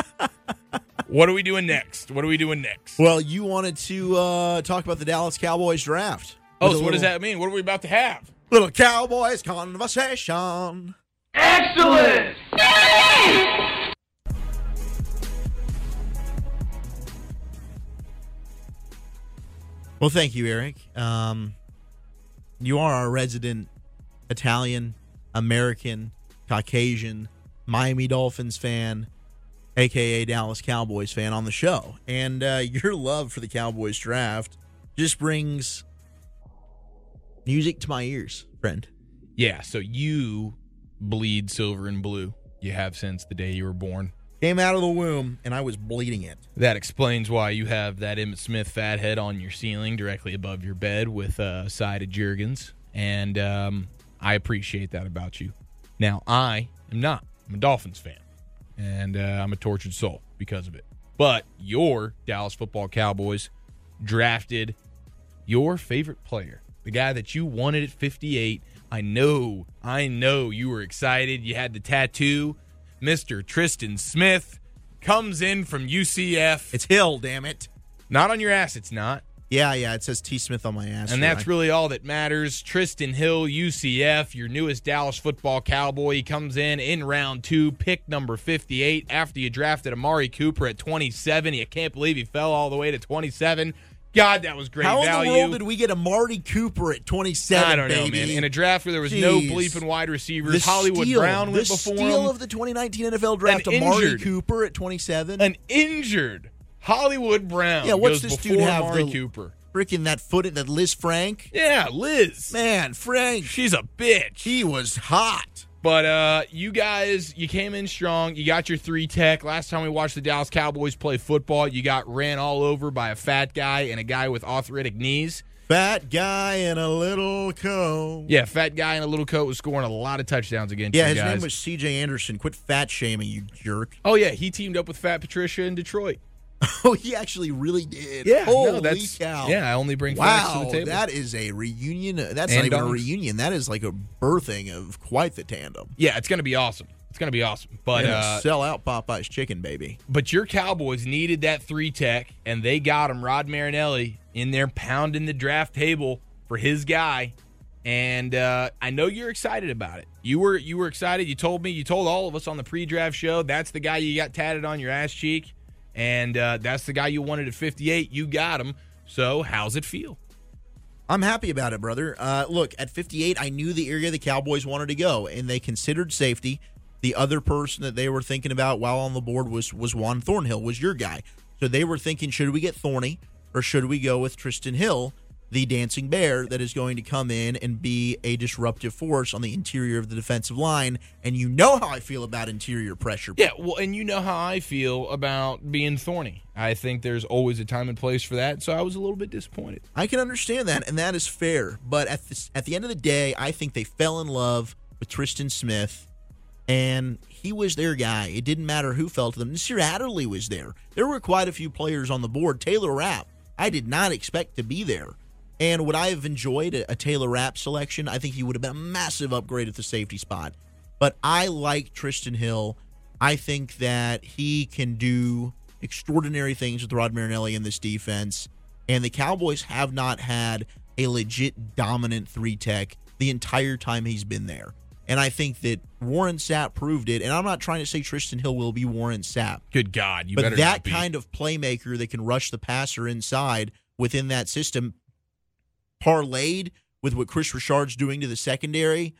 S2: what are we doing next? What are we doing next?
S1: Well, you wanted to uh, talk about the Dallas Cowboys draft.
S2: oh,
S1: With
S2: so
S1: a
S2: what does
S1: little-
S2: that mean? What are we about to have?
S1: Little Cowboys conversation.
S10: Excellent!
S1: Well, thank you, Eric. Um, you are our resident Italian, American, Caucasian, Miami Dolphins fan, aka Dallas Cowboys fan on the show, and uh, your love for the Cowboys draft just brings music to my ears, friend.
S2: Yeah, so you bleed silver and blue. You have since the day you were born.
S1: Came out of the womb, and I was bleeding it.
S2: That explains why you have that Emmett Smith fathead on your ceiling directly above your bed with a side of Jergens. And um, I appreciate that about you. Now, I am not. I'm a Dolphins fan. And uh, I'm a tortured soul because of it. But your Dallas football Cowboys drafted your favorite player, the guy that you wanted at 58. I know, I know you were excited. You had the tattoo. Mr. Tristan Smith comes in from UCF.
S1: It's Hill, damn it.
S2: Not on your ass, it's not.
S1: Yeah, yeah. It says T. Smith on my ass,
S2: And that's
S1: right?
S2: really all that matters. Tristan Hill, UCF, your newest Dallas football cowboy. He comes in in round two, pick number 58, after you drafted Amari Cooper at 27. You can't believe he fell all the way to 27. God, that was great
S1: How
S2: value.
S1: in the world did we get a Marty Cooper at 27?
S2: I don't know,
S1: baby?
S2: man. In a draft where there was no
S1: Jeez.
S2: bleeping wide receivers,
S1: The
S2: Hollywood
S1: steal-
S2: Brown went
S1: the
S2: before
S1: steal
S2: him.
S1: of the 2019 NFL draft.
S2: An
S1: Amari
S2: injured-
S1: Cooper at 27.
S2: An injured Hollywood Brown.
S1: yeah, what's
S2: goes
S1: this
S2: before
S1: dude have?
S2: Amari
S1: the-
S2: Cooper.
S1: Freaking that foot that Liz Frank.
S2: Yeah, Liz.
S1: Man, Frank,
S2: She's a bitch.
S1: he was hot.
S2: But uh, you guys, you came in strong. You got your three tech. Last time we watched the Dallas Cowboys play football, you got ran all over by a fat guy and a guy with arthritic knees.
S1: Fat guy in a little coat.
S2: Yeah, fat guy in a little coat was scoring a lot of touchdowns against
S1: Yeah,
S2: you
S1: his
S2: guys.
S1: name was C.J. Anderson. Quit fat shaming, you jerk.
S2: oh yeah, he teamed up with Fat Patricia in Detroit.
S1: Oh, he actually really did.
S2: no,
S1: Holy
S2: that's-
S1: cow.
S2: Yeah, I only bring facts to
S1: Wow,
S2: the table.
S1: that is a reunion. uh, That's
S2: And
S1: not even a
S2: dogs.
S1: reunion. That is like a birthing of quite the tandem.
S2: yeah, it's gonna be awesome. It's gonna be awesome. But
S1: Gonna
S2: uh,
S1: sell out Popeye's chicken, baby.
S2: But your Cowboys needed that three tech, and they got him, Rod Marinelli, in there pounding the draft table for his guy. And uh, I know you're excited about it. You were you were excited. You told me. You told all of us on the pre-draft show. That's the guy you got tatted on your ass cheek, and uh, that's the guy you wanted at 58. You got him. So how's it feel?
S1: I'm happy about it, brother. Uh, look, at 58, I knew the area the Cowboys wanted to go, and they considered safety. The other person that they were thinking about while on the board was was Juan Thornhill, was your guy. So they were thinking, should we get Thorny or should we go with Tristan Hill, the dancing bear that is going to come in and be a disruptive force on the interior of the defensive line? And you know how I feel about interior pressure.
S2: Yeah, well, and you know how I feel about being thorny. I think there's always a time and place for that. So I was a little bit disappointed.
S1: I can understand that, and that is fair. But at the, at the end of the day, I think they fell in love with Tristan Smith, and he was their guy. It didn't matter who fell to them. Nasir Adderley was there. There were quite a few players on the board. Taylor Rapp, I did not expect to be there. And would I have enjoyed a, a Taylor Rapp selection? I think he would have been a massive upgrade at the safety spot. But I like Tristan Hill. I think that he can do extraordinary things with Rod Marinelli in this defense. And the Cowboys have not had a legit dominant three tech the entire time he's been there. And I think that Warren Sapp proved it. And I'm not trying to say Tristan Hill will be Warren Sapp,
S2: Good God, you
S1: but
S2: better
S1: that
S2: not be.
S1: kind of playmaker that can rush the passer inside within that system, parlayed with what Chris Richard's doing to the secondary,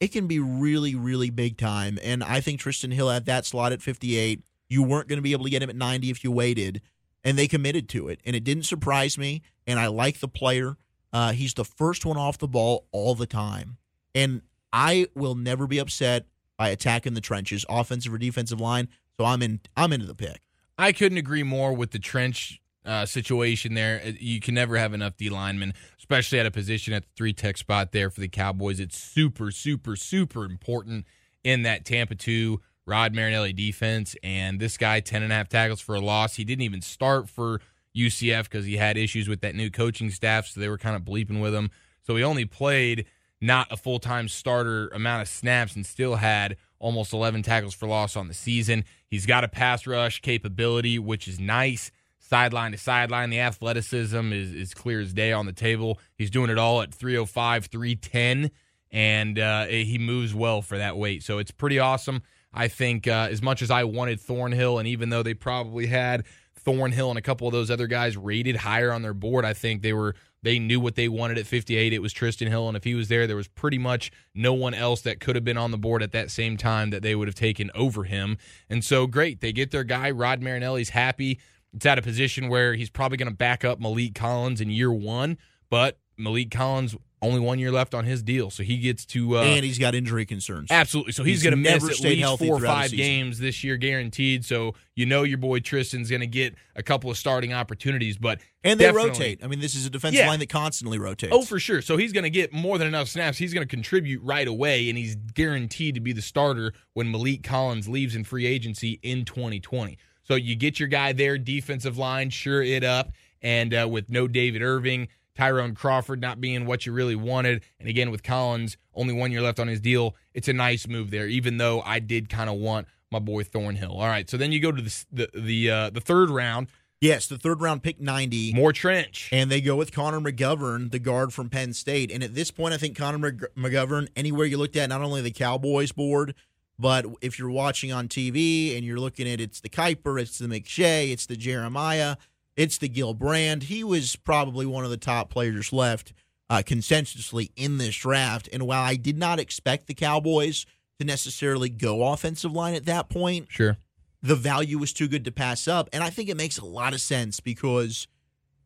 S1: it can be really, really big time. And I think Tristan Hill had that slot at 58. You weren't going to be able to get him at 90 if you waited. And they committed to it. And it didn't surprise me. And I like the player. Uh, he's the first one off the ball all the time. And I will never be upset by attacking the trenches, offensive or defensive line. So I'm in. I'm into the pick.
S2: I couldn't agree more with the trench uh, situation there. Uh, You can never have enough D linemen, especially at a position at the three tech spot there for the Cowboys. It's super, super, super important in that Tampa 2 Rod Marinelli defense. And this guy, 10 and a half tackles for a loss. He didn't even start for UCF because he had issues with that new coaching staff. So they were kind of bleeping with him. So he only played not a full time starter amount of snaps and still had almost 11 tackles for loss on the season. He's got a pass rush capability, which is nice. Sideline to sideline, the athleticism is, is clear as day on the table. He's doing it all at 305, 310, and uh, he moves well for that weight. So it's pretty awesome. I think uh, as much as I wanted Thornhill, and even though they probably had Thornhill and a couple of those other guys rated higher on their board. I think they were they knew what they wanted at 58. It was Tristan Hill, and if he was there, there was pretty much no one else that could have been on the board at that same time that they would have taken over him. And so great, they get their guy. Rod Marinelli's happy. It's at a position where he's probably going to back up Malik Collins in year one, but Malik Collins only one year left on his deal, so he gets to uh,
S1: and he's got injury concerns.
S2: Absolutely. So he's,
S1: He's
S2: going to miss
S1: never
S2: at
S1: stayed
S2: least
S1: healthy
S2: four or
S1: throughout the
S2: five
S1: season.
S2: games this year, guaranteed. So you know your boy Tristan's going to get a couple of starting opportunities, but
S1: And they
S2: definitely-
S1: rotate. I mean, this is a defensive
S2: Yeah.
S1: line that constantly rotates.
S2: Oh, for sure. So he's going to get more than enough snaps. He's going to contribute right away, and he's guaranteed to be the starter when Malik Collins leaves in free agency in 2020. So you get your guy there, defensive line, sure it up, and uh, with no David Irving, Tyrone Crawford not being what you really wanted, and again with Collins only one year left on his deal, it's a nice move there. Even though I did kind of want my boy Thornhill. All right, so then you go to the s- the the, uh, the third round,
S1: Yes, the third round pick 90.
S2: more trench.
S1: And they go with Connor McGovern, the guard from Penn State. And at this point, I think Connor McG- McGovern, anywhere you looked at, not only the Cowboys board, but if you're watching on TV and you're looking at it's the Kuiper, it's the McShay, it's the Jeremiah, it's the Gil Brand, he was probably one of the top players left uh, consensually in this draft. And while I did not expect the Cowboys to necessarily go offensive line at that point,
S2: Sure.
S1: the value was too good to pass up. And I think it makes a lot of sense because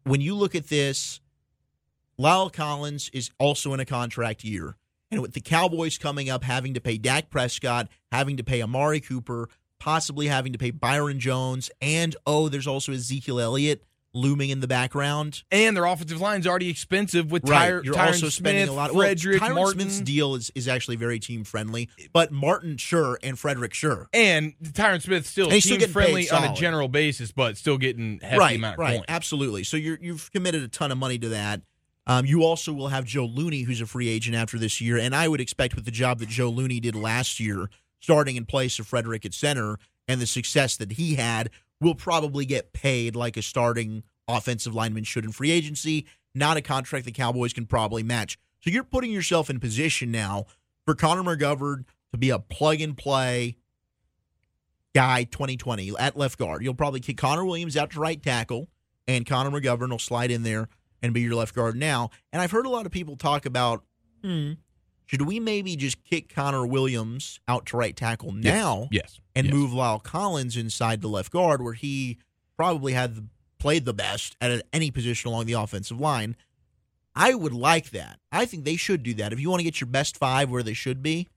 S1: when you look at this, Lyle Collins is also in a contract year. And with the Cowboys coming up, having to pay Dak Prescott, having to pay Amari Cooper, possibly having to pay Byron Jones, and oh, there's also Ezekiel Elliott looming in the background.
S2: And their offensive line's already expensive with Ty-
S1: You're
S2: Tyron
S1: also spending
S2: Smith,
S1: a lot.
S2: Frederick
S1: well, Tyron
S2: Martin.
S1: Smith's deal is, is actually very team friendly, but Martin sure and Frederick sure.
S2: and Tyron Smith still
S1: And he's still
S2: team
S1: getting paid
S2: friendly on a
S1: solid.
S2: general basis, but still getting hefty amount of
S1: right,
S2: coin.
S1: Absolutely. So you're, you've committed a ton of money to that. Um, you also will have Joe Looney, who's a free agent after this year, and I would expect with the job that Joe Looney did last year, starting in place of Frederick at center, and the success that he had, will probably get paid like a starting offensive lineman should in free agency. Not a contract the Cowboys can probably match. So you're putting yourself in position now for Connor McGovern to be a plug and play guy 2020 at left guard. You'll probably kick Connor Williams out to right tackle, and Connor McGovern will slide in there and be your left guard now. And I've heard a lot of people talk about, hmm, should we maybe just kick Connor Williams out to right tackle now
S2: Yes.
S1: and
S2: yes.
S1: move Lyle Collins inside the left guard where he probably had the, played the best at any position along the offensive line. I would like that. I think they should do that. If you want to get your best five where they should be,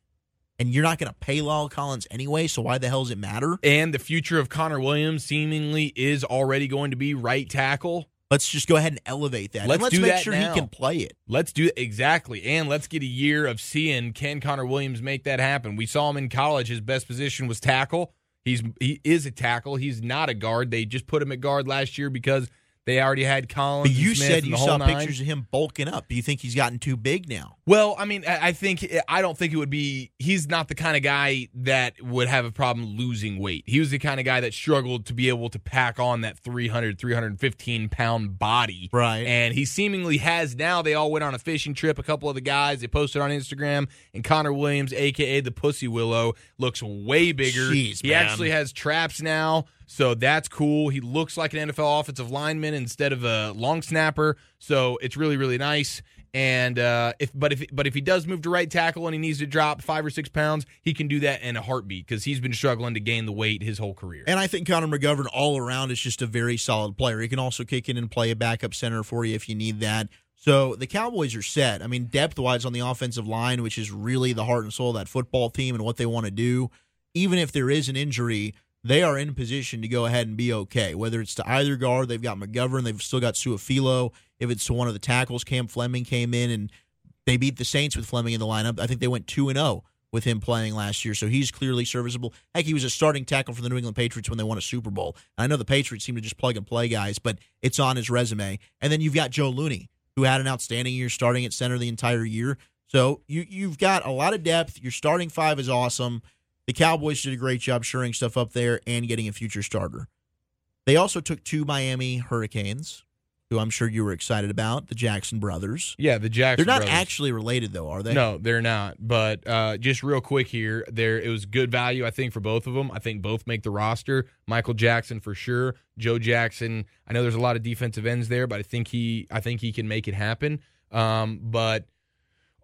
S1: and you're not going to pay Lyle Collins anyway, so why the hell does it matter?
S2: And the future of Connor Williams seemingly is already going to be right tackle.
S1: Let's just go ahead and elevate that.
S2: Let's
S1: and let's
S2: do
S1: make
S2: that
S1: sure
S2: now.
S1: he can play it.
S2: Let's do exactly, and let's get a year of seeing can Connor Williams make that happen. We saw him in college; his best position was tackle. He's he is a tackle. He's not a guard. They just put him at guard last year because they already had Collins.
S1: But
S2: and
S1: you
S2: Smith
S1: said
S2: and
S1: you
S2: the whole
S1: saw
S2: nine.
S1: pictures of him bulking up. Do you think he's gotten too big now?
S2: Well, I mean, I I think I don't think it would be. He's not the kind of guy that would have a problem losing weight. He was the kind of guy that struggled to be able to pack on that 300, 315 pound body.
S1: Right.
S2: And he seemingly has now. They all went on a fishing trip. A couple of the guys they posted on Instagram, and Connor Williams, aka the Pussy Willow, looks way bigger.
S1: Jeez,
S2: he
S1: man.
S2: actually has traps now, so that's cool. He looks like an NFL offensive lineman instead of a long snapper, so it's really really nice. And uh, if but if but if he does move to right tackle and he needs to drop five or six pounds, he can do that in a heartbeat because he's been struggling to gain the weight his whole career.
S1: And I think Connor McGovern all around is just a very solid player. He can also kick in and play a backup center for you if you need that. So the Cowboys are set. I mean, depth wise on the offensive line, which is really the heart and soul of that football team and what they want to do, even if there is an injury, they are in position to go ahead and be okay. Whether it's to either guard, they've got McGovern, they've still got Suafilo. If it's to one of the tackles, Cam Fleming came in and they beat the Saints with Fleming in the lineup. I think they went 2 and oh. 0 with him playing last year, so he's clearly serviceable. Heck, he was a starting tackle for the New England Patriots when they won a Super Bowl. And I know the Patriots seem to just plug and play guys, but it's on his resume. And then you've got Joe Looney, who had an outstanding year starting at center the entire year. So you you've got a lot of depth. Your starting five is awesome. The Cowboys did a great job shoring stuff up there and getting a future starter. They also took two Miami Hurricanes, who I'm sure you were excited about, the Jackson brothers.
S2: yeah, the Jackson.
S1: They're not
S2: brothers.
S1: actually related though, are they?
S2: No, they're not. But uh, just real quick here, there it was good value, I think, for both of them. I think both make the roster. Michael Jackson for sure. Joe Jackson. I know there's a lot of defensive ends there, but I think he, I think he can make it happen. Um, but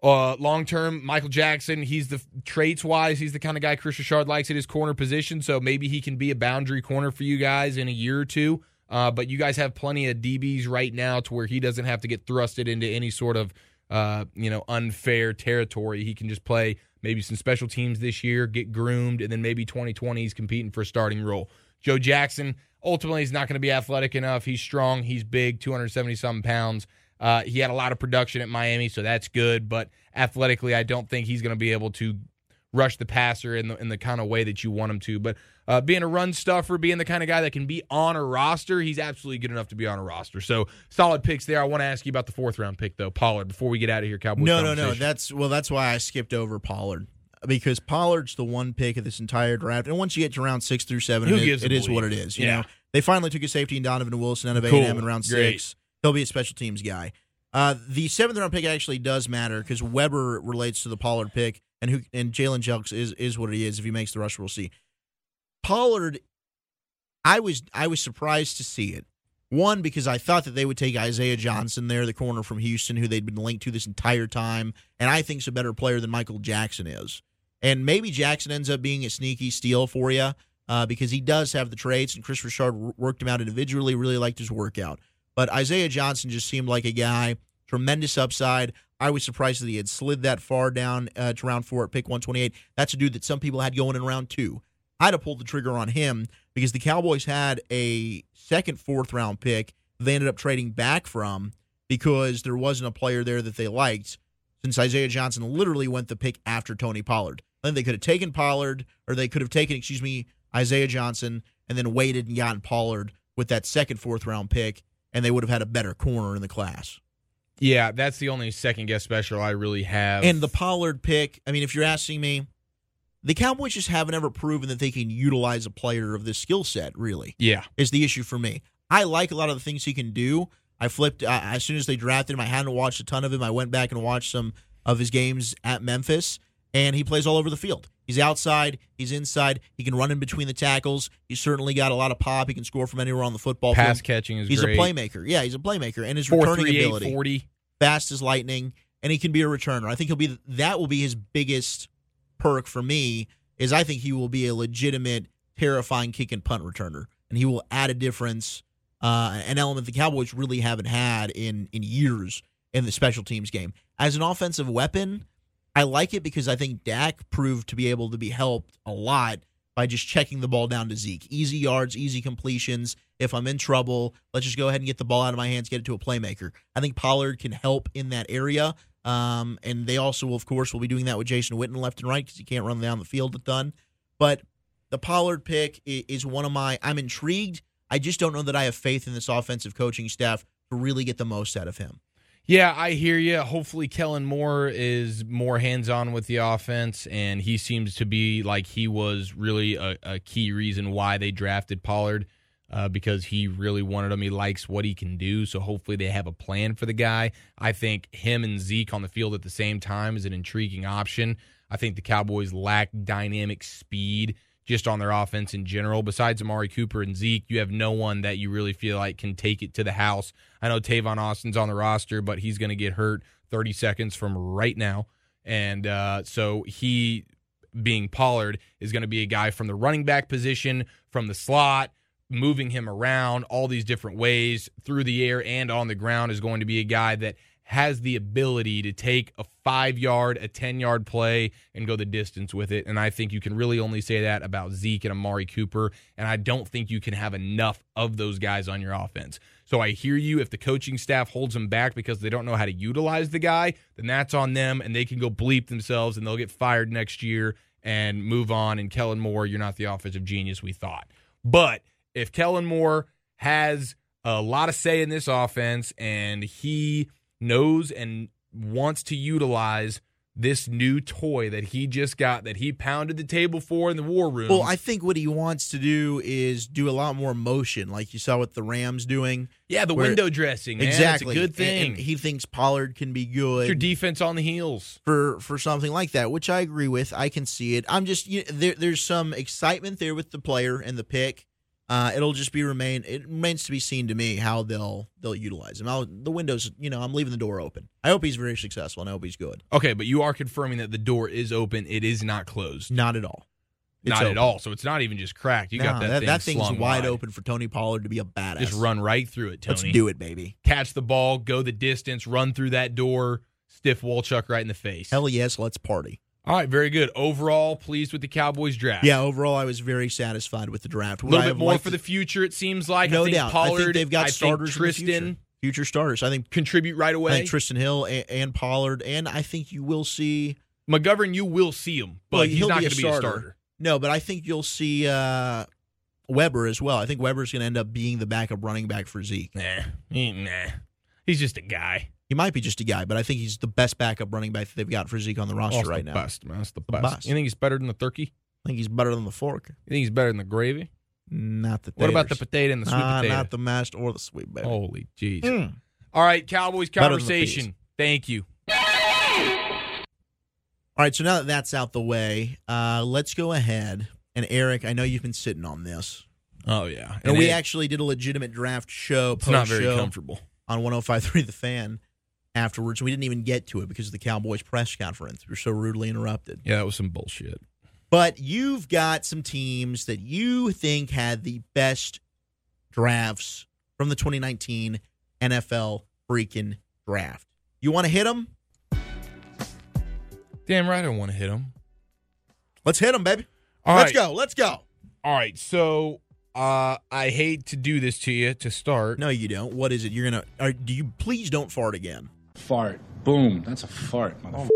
S2: uh, long term, Michael Jackson, he's the traits wise, he's the kind of guy Chris Richard likes at his corner position. So maybe he can be a boundary corner for you guys in a year or two. Uh, but you guys have plenty of DBs right now to where he doesn't have to get thrusted into any sort of uh, you know unfair territory. He can just play maybe some special teams this year, get groomed, and then maybe 2020 he's competing for a starting role. Joe Jackson ultimately is not going to be athletic enough. He's strong, he's big, 270 something pounds. Uh, he had a lot of production at Miami, so that's good. But athletically, I don't think he's going to be able to rush the passer in the in the kind of way that you want him to. But uh, being a run stuffer, being the kind of guy that can be on a roster, he's absolutely good enough to be on a roster. So solid picks there. I want to ask you about the fourth round pick though, Pollard. Before we get out of here, Cowboys.
S1: No, no, no.
S2: conversation.
S1: That's well. That's why I skipped over Pollard because Pollard's the one pick of this entire draft. And once you get to round six through seven,
S2: Who
S1: it,
S2: gives a
S1: it is
S2: bleep?
S1: what it is. You
S2: Yeah.
S1: know, they finally took a safety in Donovan Wilson out of
S2: Cool.
S1: A&M in round
S2: Great.
S1: six. He'll be a special teams guy. Uh, the seventh round pick actually does matter because Weber relates to the Pollard pick, and who and Jalen Jelks is is what he is. If he makes the rush, we'll see. Pollard, I was I was surprised to see it. One because I thought that they would take Isaiah Johnson there, the corner from Houston, who they'd been linked to this entire time, and I think's a better player than Michael Jackson is. And maybe Jackson ends up being a sneaky steal for you uh, because he does have the traits, and Chris Richard w- worked him out individually, really liked his workout. But Isaiah Johnson just seemed like a guy, tremendous upside. I was surprised that he had slid that far down uh, to round four at pick 128. That's a dude that some people had going in round two. I'd have pulled the trigger on him because the Cowboys had a second fourth round pick they ended up trading back from because there wasn't a player there that they liked since Isaiah Johnson literally went the pick after Tony Pollard. Then they could have taken Pollard or they could have taken, excuse me, Isaiah Johnson and then waited and gotten Pollard with that second fourth round pick and they would have had a better corner in the class.
S2: yeah, that's the only second guess special I really have.
S1: And the Pollard pick, I mean, if you're asking me, the Cowboys just haven't ever proven that they can utilize a player of this skill set, really.
S2: yeah,
S1: is the issue for me. I like a lot of the things he can do. I flipped I, as soon as they drafted him. I hadn't watched a ton of him. I went back and watched some of his games at Memphis, and he plays all over the field. He's outside. He's inside. He can run in between the tackles. He's certainly got a lot of pop. He can score from anywhere on the football
S2: pass
S1: field.
S2: catching is
S1: He's
S2: great.
S1: a playmaker. Yeah, he's a playmaker, and his
S2: Four
S1: returning
S2: three eight
S1: ability
S2: forty.
S1: fast as lightning, and he can be a returner. I think he'll be that will be his biggest perk for me is I think he will be a legitimate, terrifying kick and punt returner, and he will add a difference, uh, an element the Cowboys really haven't had in in years in the special teams game as an offensive weapon. I like it because I think Dak proved to be able to be helped a lot by just checking the ball down to Zeke. Easy yards, easy completions. If I'm in trouble, let's just go ahead and get the ball out of my hands, get it to a playmaker. I think Pollard can help in that area. Um, and they also, of course, will be doing that with Jason Witten left and right because he can't run down the field a ton. But the Pollard pick i- is one of my. I'm intrigued. I just don't know that I have faith in this offensive coaching staff to really get the most out of him.
S2: Yeah, I hear you. Hopefully, Kellen Moore is more hands on with the offense, and he seems to be like he was really a, a key reason why they drafted Pollard uh, because he really wanted him. He likes what he can do, so hopefully, they have a plan for the guy. I think him and Zeke on the field at the same time is an intriguing option. I think the Cowboys lack dynamic speed just on their offense in general. Besides Amari Cooper and Zeke, you have no one that you really feel like can take it to the house. I know Tavon Austin's on the roster, but he's going to get hurt 30 seconds from right now. And uh, so he, being Pollard, is going to be a guy from the running back position, from the slot, moving him around all these different ways through the air and on the ground is going to be a guy that has the ability to take a five yard, a 10 yard play and go the distance with it. And I think you can really only say that about Zeke and Amari Cooper. And I don't think you can have enough of those guys on your offense. So I hear you. If the coaching staff holds them back because they don't know how to utilize the guy, then that's on them and they can go bleep themselves and they'll get fired next year and move on. And Kellen Moore, you're not the offensive genius we thought. But if Kellen Moore has a lot of say in this offense and he knows and wants to utilize this new toy that he just got that he pounded the table for in the war room.
S1: Well, I think what he wants to do is do a lot more motion, like you saw with the Rams doing.
S2: yeah, the
S1: where-
S2: window dressing. man, it's
S1: Exactly.
S2: a good
S1: And-
S2: thing.
S1: and he thinks Pollard can be good.
S2: It's your defense on the heels.
S1: for for something like that, which I agree with. I can see it. I'm just you there, there's some excitement there with the player and the pick. Uh, it'll just be remain. It remains to be seen to me how they'll they'll utilize him. I'll, the windows, you know, I'm leaving the door open. I hope he's very successful. and I hope he's good.
S2: Okay, but you are confirming that the door is open. It is not closed.
S1: Not at all. It's
S2: not
S1: open.
S2: at all. So it's not even just cracked. You
S1: Nah,
S2: got that, thing
S1: thing's
S2: slung
S1: wide open for Tony Pollard to be a badass.
S2: Just run right through it, Tony.
S1: Let's do it, baby.
S2: Catch the ball, go the distance, run through that door, stiff Wolchuk right in the face.
S1: Hell yes, let's party.
S2: All right, very good. Overall, pleased with the Cowboys draft.
S1: Yeah. Overall, I was very satisfied with the draft.
S2: A
S1: Would
S2: little
S1: I
S2: bit
S1: have
S2: more
S1: liked
S2: for
S1: to-
S2: the future, it seems like.
S1: No
S2: I think
S1: doubt.
S2: Pollard,
S1: I think they've got
S2: I think
S1: starters. in the
S2: Tristan
S1: future. future starters. I think
S2: contribute right away.
S1: I think Tristan Hill and, and Pollard, and I think you will see.
S2: McGovern, you will see him, but
S1: well,
S2: he's
S1: he'll
S2: not
S1: be
S2: going to be a starter.
S1: No, but I think you'll see uh, Weber as well. I think Weber's going to end up being the backup running back for Zeke.
S2: Nah, he, nah. He's just a guy.
S1: He might be just a guy, but I think he's the best backup running back that they've got for Zeke on the roster
S2: That's the
S1: right now.
S2: Best, man. That's the
S1: The
S2: best.
S1: best.
S2: You think he's better than the turkey?
S1: I think he's better than the fork,
S2: You think he's better than the gravy?
S1: not the.
S2: What about the
S1: taters.
S2: potato and the sweet
S1: Nah,
S2: potato? Oh.
S1: Not the mashed or the sweet baby.
S2: Holy jeez.
S1: Mm.
S2: All right, Cowboys
S1: Better than the
S2: conversation. Thank you.
S1: All right, so now that that's out the way, uh, let's go ahead. And Eric, I know you've been sitting on this.
S2: Oh yeah,
S1: And, we
S2: it-
S1: actually did a legitimate draft show.
S2: it's not
S1: post
S2: very
S1: show.
S2: comfortable.
S1: on 1053 The Fan afterwards. We didn't even get to it because of the Cowboys press conference. We were so rudely interrupted.
S2: Yeah, that was some bullshit.
S1: But you've got some teams that you think had the best drafts from the 2019 NFL freaking draft. You want to hit them?
S2: Damn right, I want to hit him.
S1: Let's hit them, baby.
S2: All
S1: Let's
S2: right.
S1: go. Let's go.
S2: All right, so uh, I hate to do this to you to start.
S1: No, you don't. What is it? You're gonna? Are, do you please don't fart again?
S9: Fart. Boom. That's a fart, motherfucker.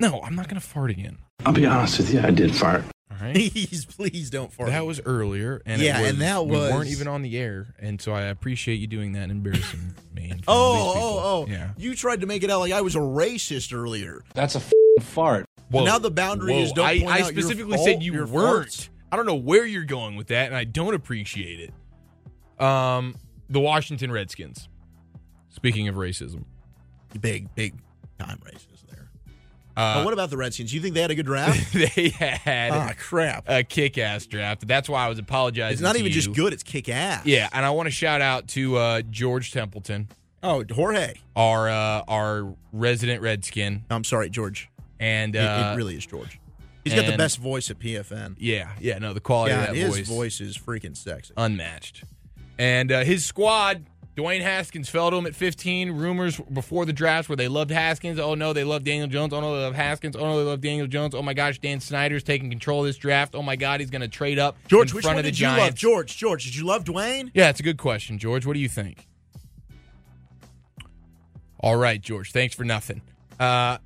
S2: no, I'm not gonna fart again.
S12: I'll be honest with you, I did fart.
S2: All right,
S1: Please, please don't fart.
S2: that was earlier, and it
S1: Yeah,
S2: was-
S1: and that
S2: we
S1: was-
S2: weren't even on the air, and so I appreciate you doing that and embarrassing me. in front of
S1: Oh,
S2: these people.
S1: oh, oh!
S2: yeah.
S1: You tried to make it out like I was a racist earlier.
S9: That's a f***ing fart.
S2: Whoa.
S1: now the boundary
S2: Whoa.
S1: is don't
S2: I,
S1: point
S2: I
S1: out your
S2: specifically
S1: fault-
S2: said you
S1: your
S2: weren't.
S1: farts.
S2: I don't know where you're going with that, and I don't appreciate it. Um, the Washington Redskins. Speaking of racism,
S1: big, big time races there.
S2: uh,
S1: but what about the Redskins? You think they had a good draft?
S2: they had
S1: ah, crap.
S2: a kick-ass draft. That's why I was apologizing.
S1: It's not
S2: to
S1: even just
S2: you.
S1: good, it's kick ass.
S2: Yeah, and I want to shout out to uh, George Templeton,
S1: Oh, Jorge.
S2: our uh, our resident Redskin,
S1: No, I'm sorry, George.
S2: and
S1: It-
S2: uh,
S1: it, really is George. He's got the
S2: and-
S1: best voice at PFN.
S2: yeah, yeah, no, the quality
S1: God,
S2: of that Uh,
S1: his
S2: voice
S1: is freaking sexy.
S2: unmatched. And uh, his squad Dwayne Haskins fell to him at 15. Rumors before the draft where they loved Haskins. Oh no, they love Daniel Jones. Oh no, they love Haskins. Oh no, they love Daniel Jones. Oh my gosh, Dan Snyder's taking control of this draft. Oh my God, he's going to trade up
S1: George,
S2: in
S1: which
S2: front
S1: one
S2: of the
S1: did you love?
S2: Giants.
S1: George, George, did you love Dwayne?
S2: Yeah, it's a good question, George. What do you think? All right, George. Thanks for nothing. Uh,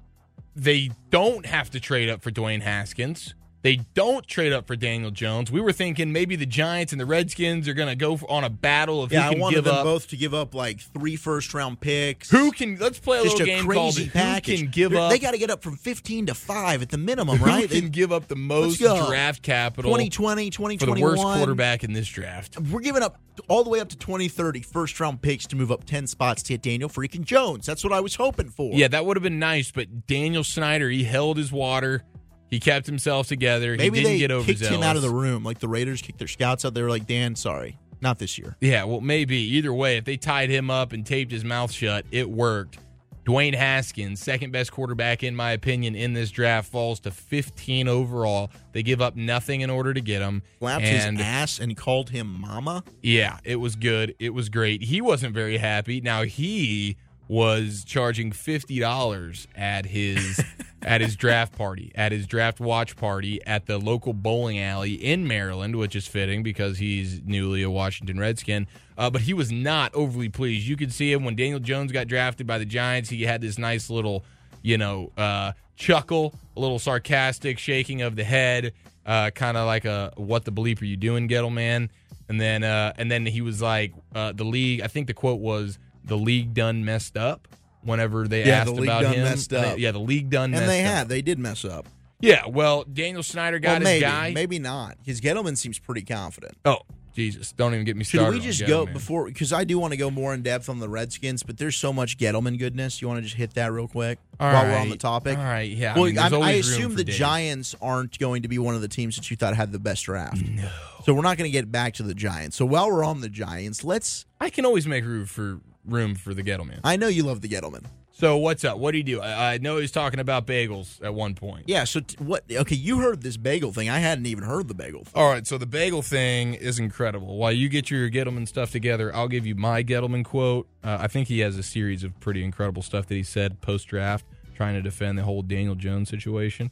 S2: they don't have to trade up for Dwayne Haskins. They don't trade up for Daniel Jones. We were thinking maybe the Giants and the Redskins are going to go on a battle of
S1: Yeah,
S2: who
S1: I
S2: can
S1: wanted
S2: give
S1: them
S2: up.
S1: both to give up like three first round picks.
S2: Who can? Let's play a
S1: Just
S2: little
S1: a
S2: game called
S1: crazy package.
S2: Who can give
S1: They're-
S2: up?
S1: They got to get up from 15 to 5 at the minimum,
S2: who
S1: right?
S2: can
S1: They-
S2: give up the most
S1: go.
S2: draft capital
S1: 2020,
S2: for the worst
S1: 2021.
S2: quarterback in this draft?
S1: We're giving up all the way up to 2030 first round picks to move up 10 spots to get Daniel freaking Jones. That's what I was hoping for.
S2: Yeah, that would have been nice, but Daniel Snyder he held his water. He kept himself together.
S1: Maybe
S2: he didn't
S1: they
S2: get overzealous.
S1: kicked him out of the room. Like the Raiders kicked their scouts out. They were like, Dan, sorry, not this year.
S2: Yeah, well, maybe. Either way, if they tied him up and taped his mouth shut, it worked. Dwayne Haskins, second best quarterback, in my opinion, in this draft, falls to 15 overall. They give up nothing in order to get him.
S1: Slapped
S2: and
S1: his ass and called him mama.
S2: yeah, it was good. It was great. He wasn't very happy. Now he was charging fifty dollars at his at his draft party, at his draft watch party at the local bowling alley in Maryland, which is fitting because he's newly a Washington Redskin. Uh, but he was not overly pleased. You could see him when Daniel Jones got drafted by the Giants. He had this nice little you know, uh, chuckle, a little sarcastic shaking of the head, uh, kind of like a "What the bleep are you doing, Gettleman?" And then, uh, and then he was like, uh, "The league." I think the quote was, "The league done messed up." Whenever they
S1: Yeah,
S2: asked
S1: the league
S2: about
S1: done
S2: him,
S1: messed
S2: And they-
S1: up.
S2: yeah, the league done
S1: And
S2: messed
S1: they
S2: up.
S1: had. They did mess up.
S2: Yeah, well, Daniel Snyder got
S1: well,
S2: his
S1: maybe,
S2: guy.
S1: maybe not. His Gettleman seems pretty confident.
S2: Oh Jesus! Don't even get me started.
S1: Should we
S2: on
S1: just go
S2: Gettleman.
S1: before? Because I do want to go more in depth on the Redskins, but there's so much Gettleman goodness. You want to just hit that real quick
S2: All
S1: while we're on
S2: right.
S1: the topic?
S2: All right, yeah.
S1: well,
S2: I, mean,
S1: I'm-
S2: there's
S1: I
S2: always room
S1: assume
S2: for
S1: the
S2: days.
S1: Giants aren't going to be one of the teams that you thought had the best draft. No. So we're not going to get back to the Giants. So while we're on the Giants, let's.
S2: I can always make room for room for the Gettleman.
S1: I know you love the Gettleman.
S2: So what's up? What do you do? I, I know he was talking about bagels at one point.
S1: Yeah. So t- what? Okay, you heard this bagel thing. I hadn't even heard the bagel. Thing.
S2: All right, so the bagel thing is incredible. While you get your Gettleman stuff together, I'll give you my Gettleman quote. Uh, I think he has a series of pretty incredible stuff that he said post draft, trying to defend the whole Daniel Jones situation.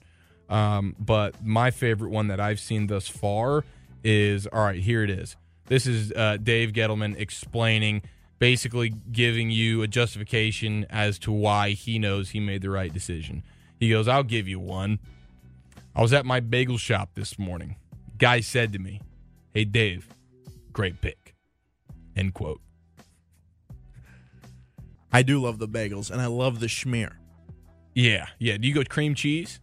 S2: Um, but my favorite one that I've seen thus far is all right, here it is. This is uh, Dave Gettleman explaining, basically giving you a justification as to why he knows he made the right decision. He goes, I'll give you one. I was at my bagel shop this morning. Guy said to me, Hey, Dave, great pick. End quote.
S1: I do love the bagels, and I love the schmear.
S2: Yeah, yeah. Do you go cream cheese?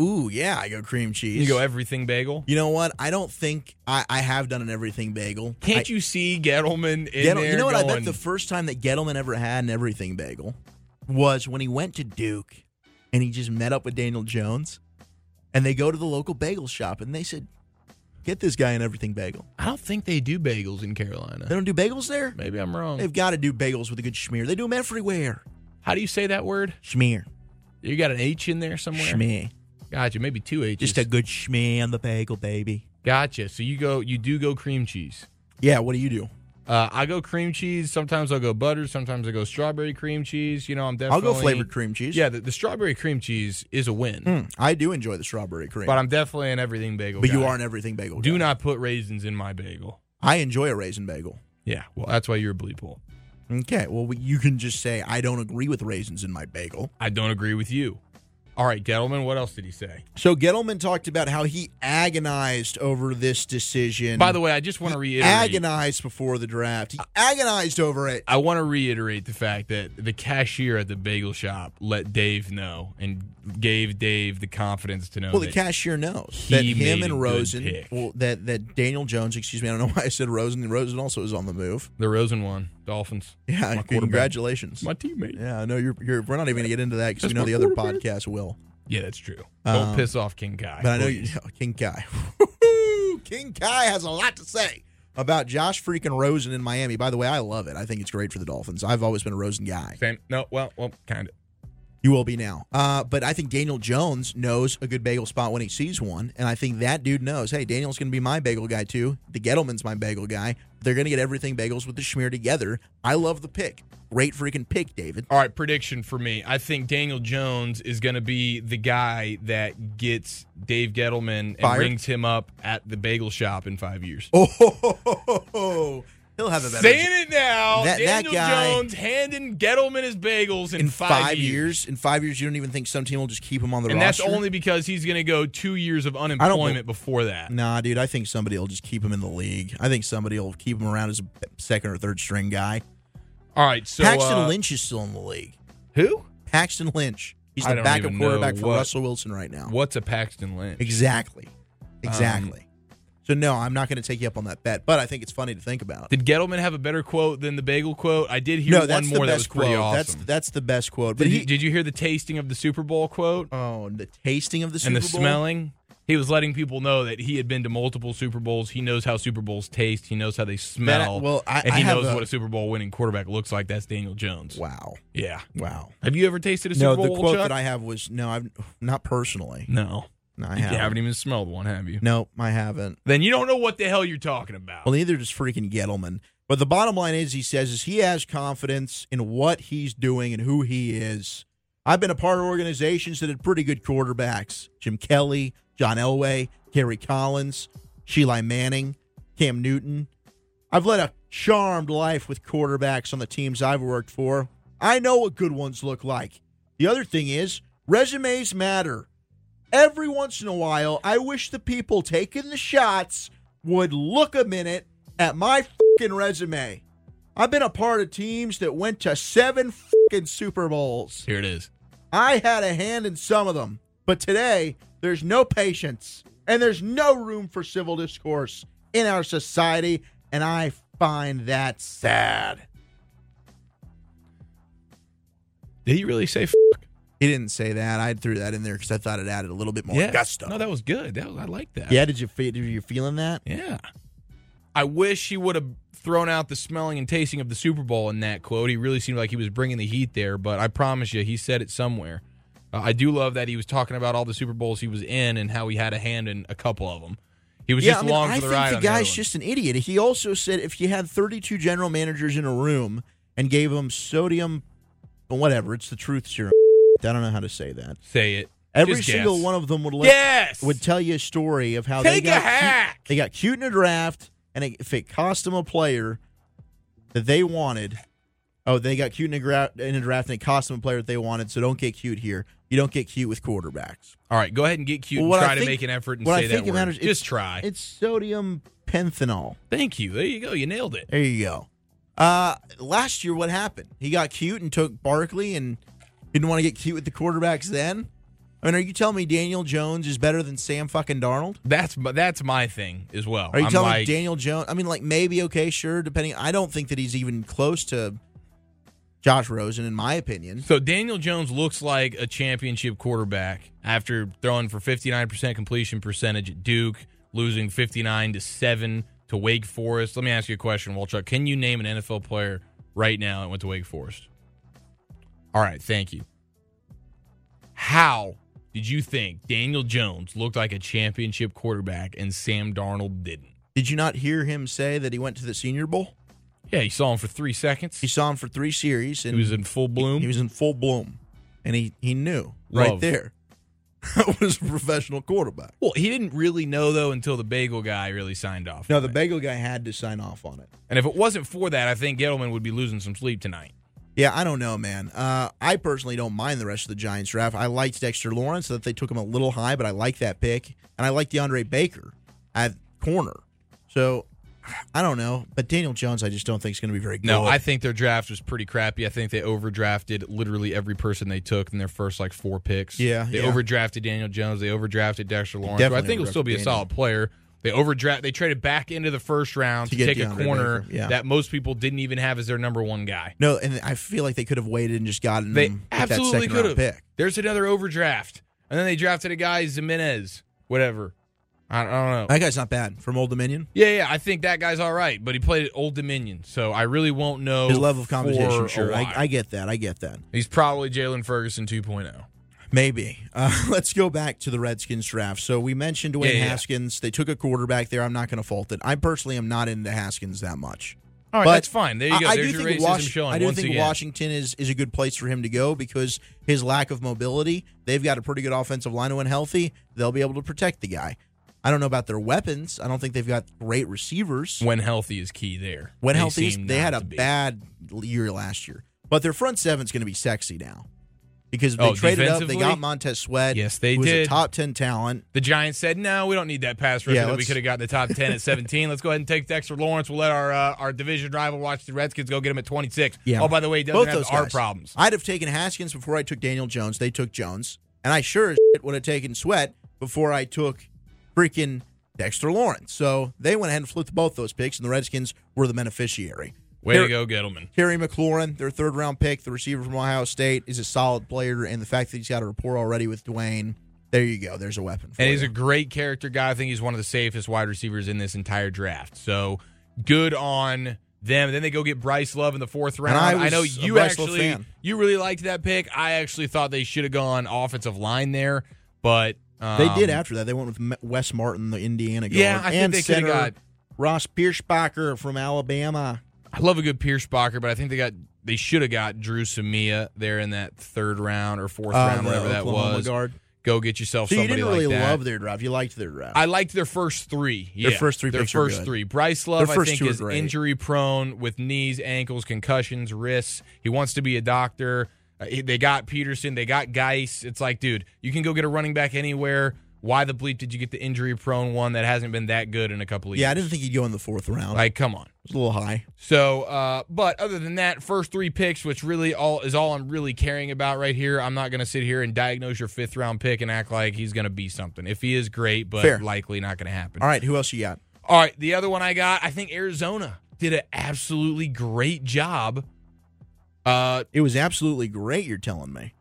S1: Ooh, yeah, I go cream cheese.
S2: You go everything bagel?
S1: You know what? I don't think I, I have done an everything bagel.
S2: Can't
S1: I-
S2: you see Gettleman in
S1: Gettle-
S2: there?
S1: you know what? I
S2: going,
S1: bet the first time that Gettleman ever had an everything bagel was when he went to Duke and he just met up with Daniel Jones, and they go to the local bagel shop and they said, "Get this guy an everything bagel."
S2: I don't think they do bagels in
S1: They
S2: Carolina.
S1: don't do bagels there.
S2: Maybe I'm wrong.
S1: They've got to do bagels with a good schmear. They do them everywhere.
S2: How do you say that word?
S1: Schmear,
S2: You got an H in there somewhere?
S1: schmear,
S2: Gotcha. Maybe two H's.
S1: just a good schmear on the bagel, baby.
S2: gotcha. So you go, you do go cream cheese.
S1: Yeah. What do you do?
S2: Uh, I go cream cheese. Sometimes I'll go butter. Sometimes I go strawberry cream cheese. You know, I'm
S1: I'll
S2: definitely.
S1: go flavored cream cheese.
S2: Yeah, the, the strawberry cream cheese is a win.
S1: Mm, I do enjoy the strawberry cream,
S2: But I'm definitely an everything bagel.
S1: But
S2: guy.
S1: you are an everything bagel.
S2: Do
S1: guy.
S2: not put raisins in my bagel.
S1: I enjoy a raisin bagel.
S2: Yeah, well, that's why you're a bleep hole.
S1: Okay, well, we- you can just say I don't agree with raisins in my bagel.
S2: I don't agree with you. All right, Gettleman, what else did he say?
S1: So Gettleman talked about how he agonized over this decision.
S2: By the way, I just want to reiterate.
S1: agonized before the draft. He agonized over it.
S2: I want to reiterate the fact that the cashier at the bagel shop let Dave know and gave Dave the confidence to know.
S1: Well, the
S2: that-
S1: cashier knows
S2: he
S1: that him
S2: made a
S1: and
S2: good
S1: Rosen,
S2: pick.
S1: well, that that Daniel Jones, excuse me, I don't know why I said Rosen. Rosen also is on the move.
S2: the Rosen one, Dolphins.
S1: Yeah,
S2: My quarterback.
S1: congratulations.
S2: My teammate.
S1: yeah, I know you're, you're. We're not even gonna get into that because we
S2: That's
S1: know
S2: my
S1: the other
S2: quarterback.
S1: podcast will.
S2: Yeah, that's true.
S1: Um,
S2: don't piss off King Guy.
S1: But I know
S2: please.
S1: you, King Kai. King Kai has a lot to say about Josh freaking Rosen in Miami. By the way, I love it. I think it's great for the Dolphins. I've always been a Rosen guy.
S2: Same. No, well, well, kind of.
S1: You will be now. Uh, but I think Daniel Jones knows a good bagel spot when he sees one. And I think that dude knows, hey, Daniel's going to be my bagel guy too. The Gettleman's my bagel guy. They're going to get everything bagels with the schmear together. I love the pick. Great freaking pick, David.
S2: All right, prediction for me. I think Daniel Jones is going to be the guy that gets Dave Gettleman and
S1: Fired?
S2: rings him up at the bagel shop in five years.
S1: Oh, ho, ho, ho, ho. Oh, he'll have a better
S2: Saying it now,
S1: That- that
S2: Daniel
S1: guy-
S2: Jones handing Gettleman his bagels in,
S1: in five, years. In five years, you don't even think some team will just keep him on the
S2: And that's
S1: roster.
S2: only because he's going to go two years of unemployment before that.
S1: Nah, dude, I think somebody will just keep him in the league. I think somebody will keep him around as a second or third string guy.
S2: All right, so
S1: Paxton
S2: uh,
S1: Lynch is still in the league.
S2: Who?
S1: Paxton Lynch. He's
S2: I
S1: the
S2: don't
S1: backup
S2: even know
S1: quarterback for
S2: what- Um,
S1: Russell Wilson right now.
S2: What's a Paxton Lynch?
S1: Exactly. Exactly. so no, I'm not going to take you up on that bet, but I think it's funny to think about.
S2: Did Gettleman have a better quote than the bagel quote? I did hear
S1: no,
S2: one
S1: that's
S2: more
S1: the
S2: that was
S1: best
S2: pretty
S1: quote.
S2: awesome.
S1: That's that's the best quote. But
S2: did,
S1: he,
S2: you, did you hear the tasting of the Super Bowl quote
S1: oh, the tasting of the Super
S2: and the
S1: Bowl?
S2: smelling? He was letting people know that he had been to multiple Super Bowls. He knows how Super Bowls taste. He knows how they smell.
S1: well, I-
S2: and
S1: I
S2: he
S1: have
S2: knows
S1: a-
S2: what a Super Bowl winning quarterback looks like. That's Daniel Jones.
S1: Wow,
S2: Yeah.
S1: wow.
S2: Have you ever tasted a Super
S1: No,
S2: Bowl?
S1: the quote
S2: Chuck?
S1: that I have was no, I've not personally.
S2: no,
S1: No, I
S2: you
S1: haven't.
S2: haven't even smelled one, have you?
S1: No, I haven't.
S2: Then you don't know what the hell you're talking about.
S1: Well, neither does freaking Gettleman. But the bottom line is, he says, is he has confidence in what he's doing and who he is. I've been a part of organizations that had pretty good quarterbacks: Jim Kelly, John Elway, Kerry Collins, Sheila Manning, Cam Newton. I've led a charmed life with quarterbacks on the teams I've worked for. I know what good ones look like. The other thing is, resumes matter. Every once in a while, I wish the people taking the shots would look a minute at my fing resume. I've been a part of teams that went to seven fing Super Bowls.
S2: Here it is.
S1: I had a hand in some of them, but today there's no patience and there's no room for civil discourse in our society, and I find that sad.
S2: Did he really say? F-
S1: He didn't say that. I threw that in there because I thought it added a little bit more
S2: yeah.
S1: gusto.
S2: No, that was good. That was, I like that.
S1: yeah, did you feel? Did you feeling that?
S2: Yeah. I wish he would have thrown out the smelling and tasting of the Super Bowl in that quote. He really seemed like he was bringing the heat there, but I promise you, he said it somewhere. Uh, I do love that he was talking about all the Super Bowls he was in and how he had a hand in a couple of them. He was just
S1: I mean,
S2: long
S1: I
S2: for the
S1: think
S2: ride.
S1: the
S2: on
S1: guy's
S2: other one.
S1: just an idiot. He also said if you had 32 general managers in a room and gave them sodium, whatever, it's the truth serum. I don't know how to say that.
S2: say it.
S1: Every
S2: Just
S1: single
S2: guess.
S1: one of them would let,
S2: Yes.
S1: would tell you a story of how they
S2: Take a
S1: got
S2: hack!
S1: Cute, they got cute in a draft, and it, if it cost them a player that they wanted, oh, they got cute in a, gra- in a draft, and it cost them a player that they wanted. So don't get cute here. You don't get cute with quarterbacks.
S2: all right, go ahead and get cute.
S1: What
S2: and
S1: I
S2: try
S1: think-
S2: to make an effort and
S1: what
S2: say
S1: I think
S2: that
S1: it
S2: word.
S1: matters-
S2: just try.
S1: It's sodium pentanol.
S2: Thank you. There you go. You nailed it.
S1: There you go. Uh, last year, what happened? He got cute and took Barkley and didn't want to get cute with the quarterbacks then. I mean, are you telling me Daniel Jones is better than Sam fucking Darnold?
S2: That's my, that's my thing as well.
S1: Are you
S2: I'm
S1: telling
S2: like,
S1: me Daniel Jones? I mean, like maybe okay, sure, depending. I don't think that he's even close to Josh Rosen, in my opinion.
S2: So Daniel Jones looks like a championship quarterback after throwing for 59% completion percentage at Duke, losing 59 to 7 to Wake Forest. Let me ask you a question, Walchuk. Can you name an NFL player right now that went to Wake Forest? All right, thank you. How did you think Daniel Jones looked like a championship quarterback and Sam Darnold didn't?
S1: Did you not hear him say that he went to the Senior Bowl?
S2: Yeah, you saw him for 3 seconds.
S1: He saw him for three series,
S2: He
S1: and
S2: was in full bloom.
S1: he was in full bloom, and he he knew right
S2: Love.
S1: there that was a professional quarterback.
S2: well, he didn't really know though until the bagel guy really signed off.
S1: No,
S2: on
S1: the
S2: it.
S1: bagel guy had to sign off on it.
S2: And if it wasn't for that, I think Gettleman would be losing some sleep tonight.
S1: Yeah, I don't know, man. Uh, I personally don't mind the rest of the Giants draft. I liked Dexter Lawrence, so that they took him a little high, but I like that pick, and I like DeAndre Baker at corner. So I don't know, but Daniel Jones, I just don't think is going to be very good.
S2: No, I think their draft was pretty crappy. I think they overdrafted literally every person they took in their first like four picks.
S1: Yeah,
S2: they
S1: yeah.
S2: overdrafted Daniel Jones. They overdrafted Dexter Lawrence. who I
S1: definitely
S2: think will still be a
S1: overdrafted
S2: solid player. They overdraft. They traded back into the first round
S1: To
S2: to,
S1: get
S2: take a
S1: DeAndre
S2: corner
S1: Baker, yeah.
S2: that most people didn't even have as their number one guy.
S1: no, and I feel like they could have waited and just gotten
S2: They
S1: him with that
S2: absolutely
S1: second
S2: could
S1: round
S2: have.
S1: pick.
S2: There's another overdraft, and then they drafted a guy Zimenez, whatever. I don't know.
S1: That guy's not bad from Old Dominion.
S2: Yeah, yeah, I think that guy's all right, but he played at Old Dominion, so I really won't know
S1: His level of competition,
S2: for
S1: sure.
S2: A
S1: I,
S2: while.
S1: I get that. I get that.
S2: He's probably Jalen Ferguson oh. 2.0.
S1: Maybe. Uh, let's go back to the Redskins draft. So we mentioned Dwayne
S2: Yeah, yeah, yeah.
S1: Haskins. They took a quarterback there. I'm not going to fault it. I personally am not into Haskins that much.
S2: All right,
S1: But
S2: that's fine. There you go.
S1: I, I
S2: There's
S1: do
S2: your
S1: think
S2: racism
S1: Wash-
S2: showing
S1: I do
S2: once
S1: think
S2: again.
S1: Washington is, is a good place for him to go because his lack of mobility. They've got a pretty good offensive line. When healthy, they'll be able to protect the guy. I don't know about their weapons. I don't think they've got great receivers.
S2: When healthy is key there.
S1: When healthy,
S2: seem
S1: they had
S2: not
S1: a
S2: to be.
S1: bad year last year, but their front seven's going to be sexy now because they
S2: Oh,
S1: traded up. They got
S2: defensively?
S1: Montez Sweat.
S2: Yes, they
S1: who was
S2: did.
S1: a top ten talent.
S2: The Giants said, "No, we don't need that pass rusher.
S1: Yeah,
S2: that we
S1: let's-
S2: could have got in the top ten at 17. Let's go ahead and take Dexter Lawrence. We'll let our uh, our division rival Washington Redskins go get him at 26.
S1: Yeah.
S2: Oh, by the way, he doesn't
S1: Both
S2: have
S1: those
S2: our
S1: guys. Uh,
S2: problems.
S1: I'd have taken Haskins before I took Daniel Jones. They took Jones, and I sure as shit would have taken Sweat before I took freaking Dexter Lawrence. So they went ahead and flipped both those picks, and the Redskins were the beneficiary.
S2: Way
S1: Here-
S2: to go, Gettleman.
S1: Terry McLaurin, their third round pick, the receiver from Ohio State, is a solid player, and the fact that he's got a rapport already with Dwayne, there you go. There's a weapon. For
S2: And he's
S1: you.
S2: a great character guy. I think he's one of the safest wide receivers in this entire draft. So good on them. Then they go get Bryce Love in the fourth round.
S1: I was
S2: know
S1: a
S2: you
S1: Bryce Love
S2: actually
S1: fan.
S2: you really liked that pick. I actually thought they should have gone offensive line there, but um,
S1: They did after that. They went with M- Wes Martin, the Indiana guard,
S2: Yeah, I think
S1: and
S2: they
S1: center
S2: coulda got-
S1: Ross Pierschbacher from Alabama.
S2: I love a good Pierce Bocker, but I think they got they should have got Drew Samia there in that third round or fourth
S1: uh,
S2: round,
S1: the
S2: whatever that
S1: Oklahoma
S2: was.
S1: guard.
S2: Go get yourself
S1: So you
S2: somebody
S1: didn't really
S2: like that.
S1: love their draft. You liked their draft.
S2: I liked their first three.
S1: Their
S2: yeah.
S1: first three
S2: Their
S1: picks were
S2: first
S1: good.
S2: three. Bryce
S1: Their
S2: Love, I
S1: first
S2: think,
S1: two were
S2: is
S1: great.
S2: injury prone with knees, ankles, concussions, wrists. He wants to be a doctor. Uh, he- They got Peterson. They got Geis. It's like, dude, you can go get a running back anywhere. Why the bleep did you get the injury prone one that hasn't been that good in a couple of
S1: yeah, I
S2: years?
S1: didn't think he'd go in the fourth round.
S2: Like, come on.
S1: it was a little high.
S2: So, uh, but other than that, first three picks, which really all is all I'm really caring about right here. I'm not going to sit here and diagnose your fifth round pick and act like he's going to be something. If he is great, but
S1: Fair.
S2: likely not going to happen.
S1: All right, who else you got?
S2: All right, the other one I got, I think Arizona did an absolutely great job. Uh,
S1: It was absolutely great. You're telling me.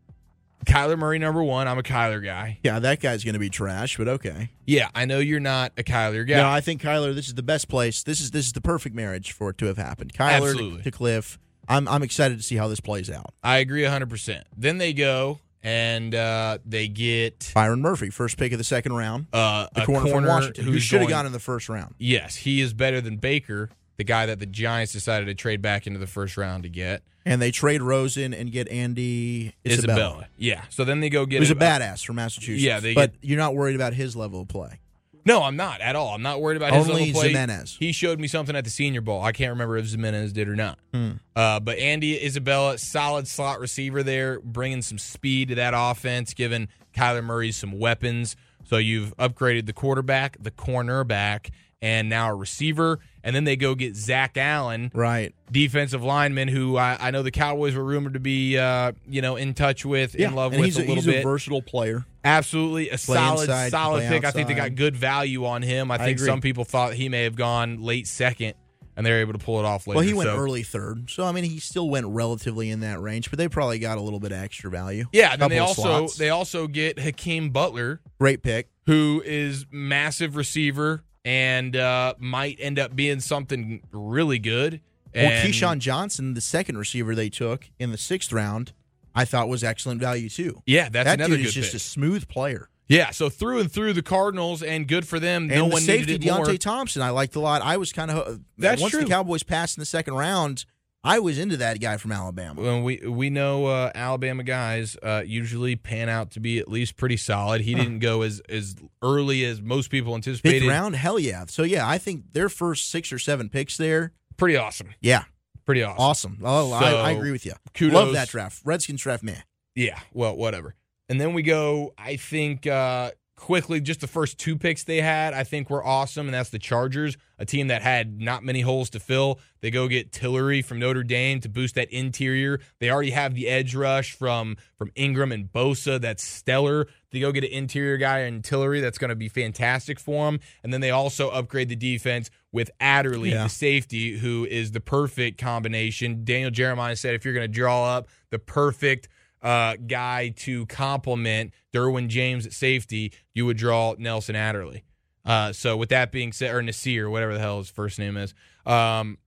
S2: Kyler Murray, number one. I'm a Kyler guy.
S1: Yeah, that guy's going to be trash, but okay.
S2: Yeah, I know you're not a Kyler guy.
S1: No, I think Kyler. This is the best place. This is this is the perfect marriage for it to have happened. Kyler to,
S2: Absolutely.
S1: to Cliff. I'm I'm excited to see how this plays out.
S2: I agree 100%. Then they go and uh, they get
S1: Byron Murphy, first pick of the second round,
S2: uh,
S1: the
S2: a
S1: corner, from
S2: corner,
S1: Washington, who
S2: who's
S1: should have
S2: going-
S1: gone in the first round.
S2: Yes, he is better than Baker, the guy that the Giants decided to trade back into the first round to get.
S1: And they trade Rosen and get Andy
S2: Isabella.
S1: Isabella,
S2: Yeah. So then they go get
S1: who's a
S2: him-
S1: badass from Massachusetts.
S2: Yeah, they
S1: but you're not worried about his level of play.
S2: No, I'm not at all. I'm not worried about his
S1: Only
S2: level play.
S1: Zimenez.
S2: He showed me something at the Senior Bowl. I can't remember if Zimenez did or not.
S1: Hmm.
S2: Uh, but Andy Isabella, solid slot receiver there, bringing some speed to that offense, giving Kyler Murray some weapons. So you've upgraded the quarterback, the cornerback, and now a receiver. And then they go get Zach Allen,
S1: Right.
S2: defensive lineman, who I, I know the Cowboys were rumored to be, uh, you know, in touch with, in love
S1: and
S2: with
S1: he's
S2: a little
S1: he's
S2: bit.
S1: a versatile player.
S2: Absolutely, a solid,
S1: inside,
S2: solid
S1: play
S2: pick. I think they
S1: outside.
S2: got good value on him. I
S1: I
S2: think
S1: agree.
S2: some people thought he may have gone late second, and they were able to pull it off later.
S1: well, he went
S2: so-
S1: early third, so I mean he still went relatively in that range, but they probably got a little bit of extra value.
S2: Yeah, then
S1: Couple
S2: they
S1: of
S2: also
S1: slots.
S2: they also get Hakeem Butler,
S1: great pick.
S2: who is massive receiver and uh, might end up being something really good.
S1: Well,
S2: And
S1: Keyshawn Johnson, the second receiver they took in the sixth round, I thought was excellent value too.
S2: Yeah, that's
S1: that
S2: another
S1: dude
S2: good
S1: is just
S2: pick.
S1: a smooth player.
S2: Yeah, so through and through the Cardinals, and good for them. no
S1: and the
S2: one
S1: safety
S2: needed it more.
S1: Deontay Thompson, I liked a lot. I was kind of
S2: That's
S1: once
S2: true.
S1: the Cowboys passed in the second round, I was into that guy from Alabama.
S2: Well, we we know uh, Alabama guys uh, usually pan out to be at least pretty solid. He didn't go as as early as most people anticipated.
S1: Fifth round, hell yeah! So yeah, I think their first six or seven picks there,
S2: pretty awesome,
S1: yeah,
S2: pretty awesome.
S1: awesome. Oh, I, I
S2: So,
S1: agree with you.
S2: kudos.
S1: Love that draft. Redskins draft, man.
S2: Yeah, well, whatever. And then we go. I think uh, quickly, just the first two picks they had, I think were awesome, and that's the Chargers, a team that had not many holes to fill. They go get Tillery from Notre Dame to boost that interior. They already have the edge rush from from Ingram and Bosa. That's stellar. They go get an interior guy in Tillery. That's going to be fantastic for them. And then they also upgrade the defense with Adderley,
S1: Yeah.
S2: the safety, who is the perfect combination. Daniel Jeremiah said if you're going to draw up the perfect uh, guy to complement Derwin James at safety, you would draw Nelson Adderley. Uh, so with that being said, or Nasir, whatever the hell his first name is, um,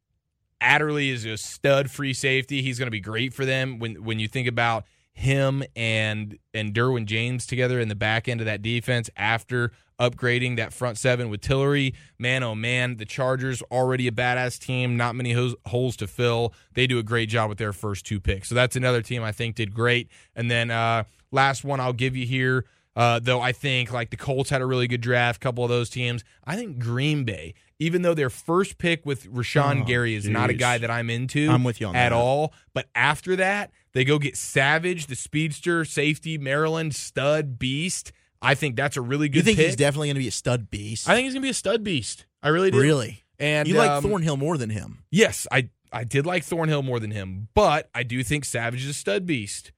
S2: Adderley is a stud free safety. He's going to be great for them when when you think about him and and Derwin James together in the back end of that defense after upgrading that front seven with Tillery. Man, oh man, the Chargers already a badass team. Not many hos- holes to fill. They do a great job with their first two picks. So that's another team I think did great. And then uh, last one I'll give you here. Uh, though I think like the Colts had a really good draft, couple of those teams. I think Green Bay, even though their first pick with Rashawn
S1: Oh,
S2: Gary is not a
S1: jeez.
S2: guy that I'm into,
S1: I'm with you on
S2: at
S1: that.
S2: all. But after that, they go get Savage, the speedster, safety, Maryland stud beast. I think that's a really good.
S1: You think
S2: pick.
S1: he's definitely going to be a stud beast?
S2: I think he's gonna be a stud beast. I really do.
S1: Really?
S2: And
S1: you like
S2: um,
S1: Thornhill more than him.
S2: Yes, I I did like Thornhill more than him, but I do think Savage is a stud beast,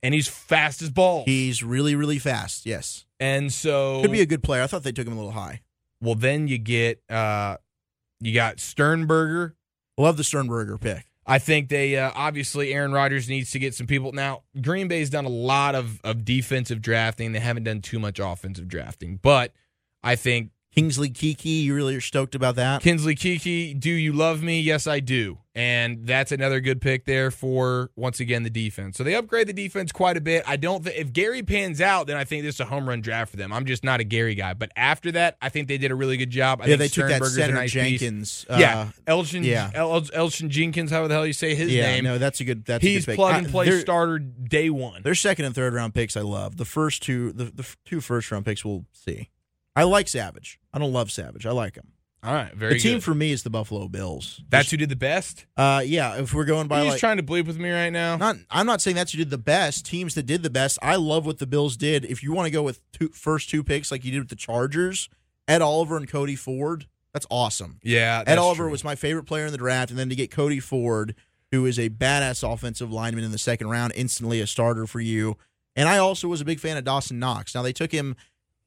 S2: and he's fast as balls.
S1: He's really, really fast. Yes,
S2: and so
S1: could be a good player. I thought they took him a little high.
S2: well, then you get uh, you got Sternberger.
S1: Love the Sternberger pick.
S2: I think they uh, obviously Aaron Rodgers needs to get some people. Now Green Bay's done a lot of of defensive drafting. They haven't done too much offensive drafting, but I think
S1: Kingsley Kiki, you really are stoked about that.
S2: Kinsley Kiki, do you love me? Yes, I do. And that's another good pick there for once again the defense. So they upgrade the defense quite a bit. I don't think if Gary pans out, then I think this is a home run draft for them. I'm just not a Gary guy, but after that, I think they did a really good job. I
S1: yeah,
S2: think
S1: they took that
S2: Sternberger's a
S1: center
S2: nice piece.
S1: Jenkins. uh,
S2: yeah, Elgin,
S1: yeah.
S2: El- Elgin Jenkins, how the hell you say his
S1: yeah,
S2: name?
S1: no, that's a good. That's a
S2: He's
S1: good pick.
S2: plug
S1: I-
S2: and play
S1: they're-
S2: starter day one.
S1: Their second and third round picks, I love. The first two, the, the f- two first round picks, we'll see. I like Savage. I don't love Savage. I like him.
S2: All right, very
S1: the team
S2: good.
S1: for me is the Buffalo Bills.
S2: that's who did the best.
S1: Uh, yeah. If we're going by
S2: He's
S1: like,
S2: trying to bleep with me right now.
S1: not, I'm not saying that's who did the best. Teams that did the best, I love what the Bills did. If you want to go with two, first two picks like you did with the Chargers, Ed Oliver and Cody Ford, that's awesome.
S2: yeah,
S1: Ed
S2: that's
S1: Oliver
S2: true.
S1: was my favorite player in the draft, and then to get Cody Ford, who is a badass offensive lineman in the second round, instantly a starter for you. And I also was a big fan of Dawson Knox. Now they took him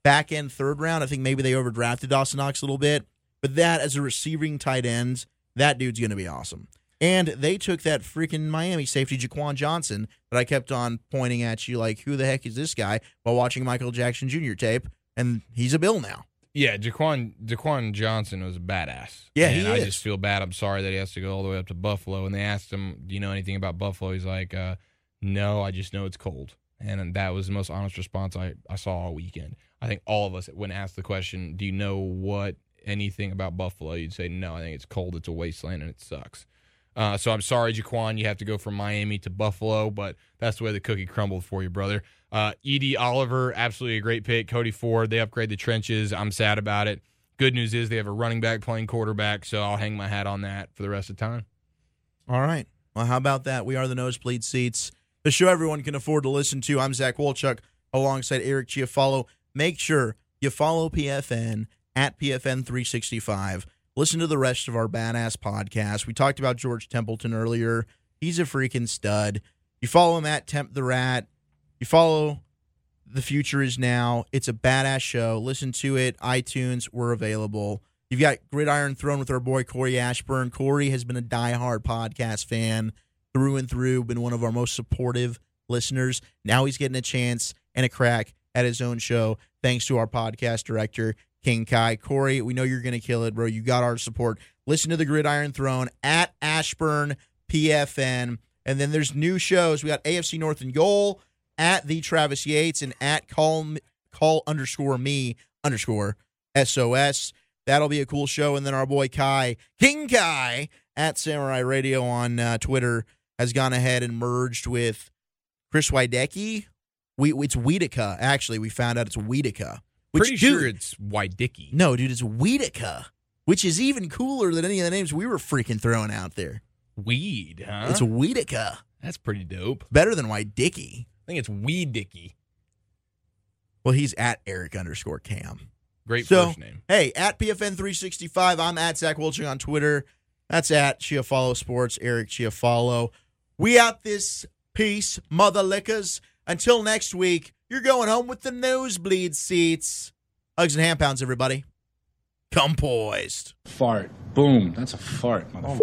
S1: back end third round. I think maybe they overdrafted Dawson Knox a little bit, but that as a receiving tight end, that dude's going to be awesome. And they took that freaking Miami safety Jaquan Johnson that I kept on pointing at you, like who the heck is this guy? While watching Michael Jackson Jr. tape, and he's a Bill now.
S2: Yeah, Jaquan Jaquan Johnson was a badass.
S1: Yeah,
S2: and
S1: he
S2: I
S1: is.
S2: just feel bad. I'm sorry that he has to go all the way up to Buffalo. And they asked him, "Do you know anything about Buffalo?" He's like, uh, "No, I just know it's cold." And that was the most honest response I, I saw all weekend. I think all of us, when asked the question, "Do you know what anything about Buffalo?" You'd say, "No, I think it's cold. It's a wasteland, and it sucks." Uh, so I'm sorry, Jaquan, you have to go from Miami to Buffalo, but that's the way the cookie crumbled for you, brother. Uh, Edie Oliver, absolutely a great pick. Cody Ford, they upgrade the trenches. I'm sad about it. Good news is they have a running back playing quarterback, so I'll hang my hat on that for the rest of time.
S1: All right. Well, how about that? We are the nosebleed seats. The show everyone can afford to listen to. I'm Zach Wolchuk alongside Eric Chiafalo. Make sure you follow PFN at PFN365. Listen to the rest of our badass podcast. We talked about George Templeton earlier. He's a freaking stud. You follow him at Temp the Rat. You follow The Future Is Now. It's a badass show. Listen to it. iTunes, we're available. You've got Gridiron Throne with our boy Corey Ashburn. Corey has been a diehard podcast fan through and through, been one of our most supportive listeners. Now he's getting a chance and a crack at his own show thanks to our podcast director, King Kai. Corey, we know you're going to kill it, bro. You got our support. Listen to the Gridiron Throne at Ashburn PFN. And then there's new shows. We got AFC North and Goal at the Travis Yates and at call call underscore me underscore SOS. That'll be a cool show. And then our boy Kai, King Kai at Samurai Radio on uh, Twitter has gone ahead and merged with Chris Wydecki. We it's Wiedeka. Actually, we found out it's Wiedeka. Which
S2: Pretty
S1: dude,
S2: sure it's Wydicki.
S1: no, dude, it's Wiedeka, which is even cooler than any of the names we were freaking throwing out there.
S2: Weed, huh?
S1: It's Wiedeka.
S2: That's pretty dope.
S1: Better than Wydicki.
S2: I think it's Weedicky.
S1: Well, he's at Eric underscore Cam.
S2: Great
S1: So-
S2: first name.
S1: Hey, at PFN365, I'm at Zach Wilching on Twitter. That's at Chiafalo Sports, Eric Chiafalo. We out this piece, mother lickers. Until next week, you're going home with the nosebleed seats. Hugs and hand pounds, everybody. Come poised.
S9: Fart. Boom. That's a fart. motherfucker.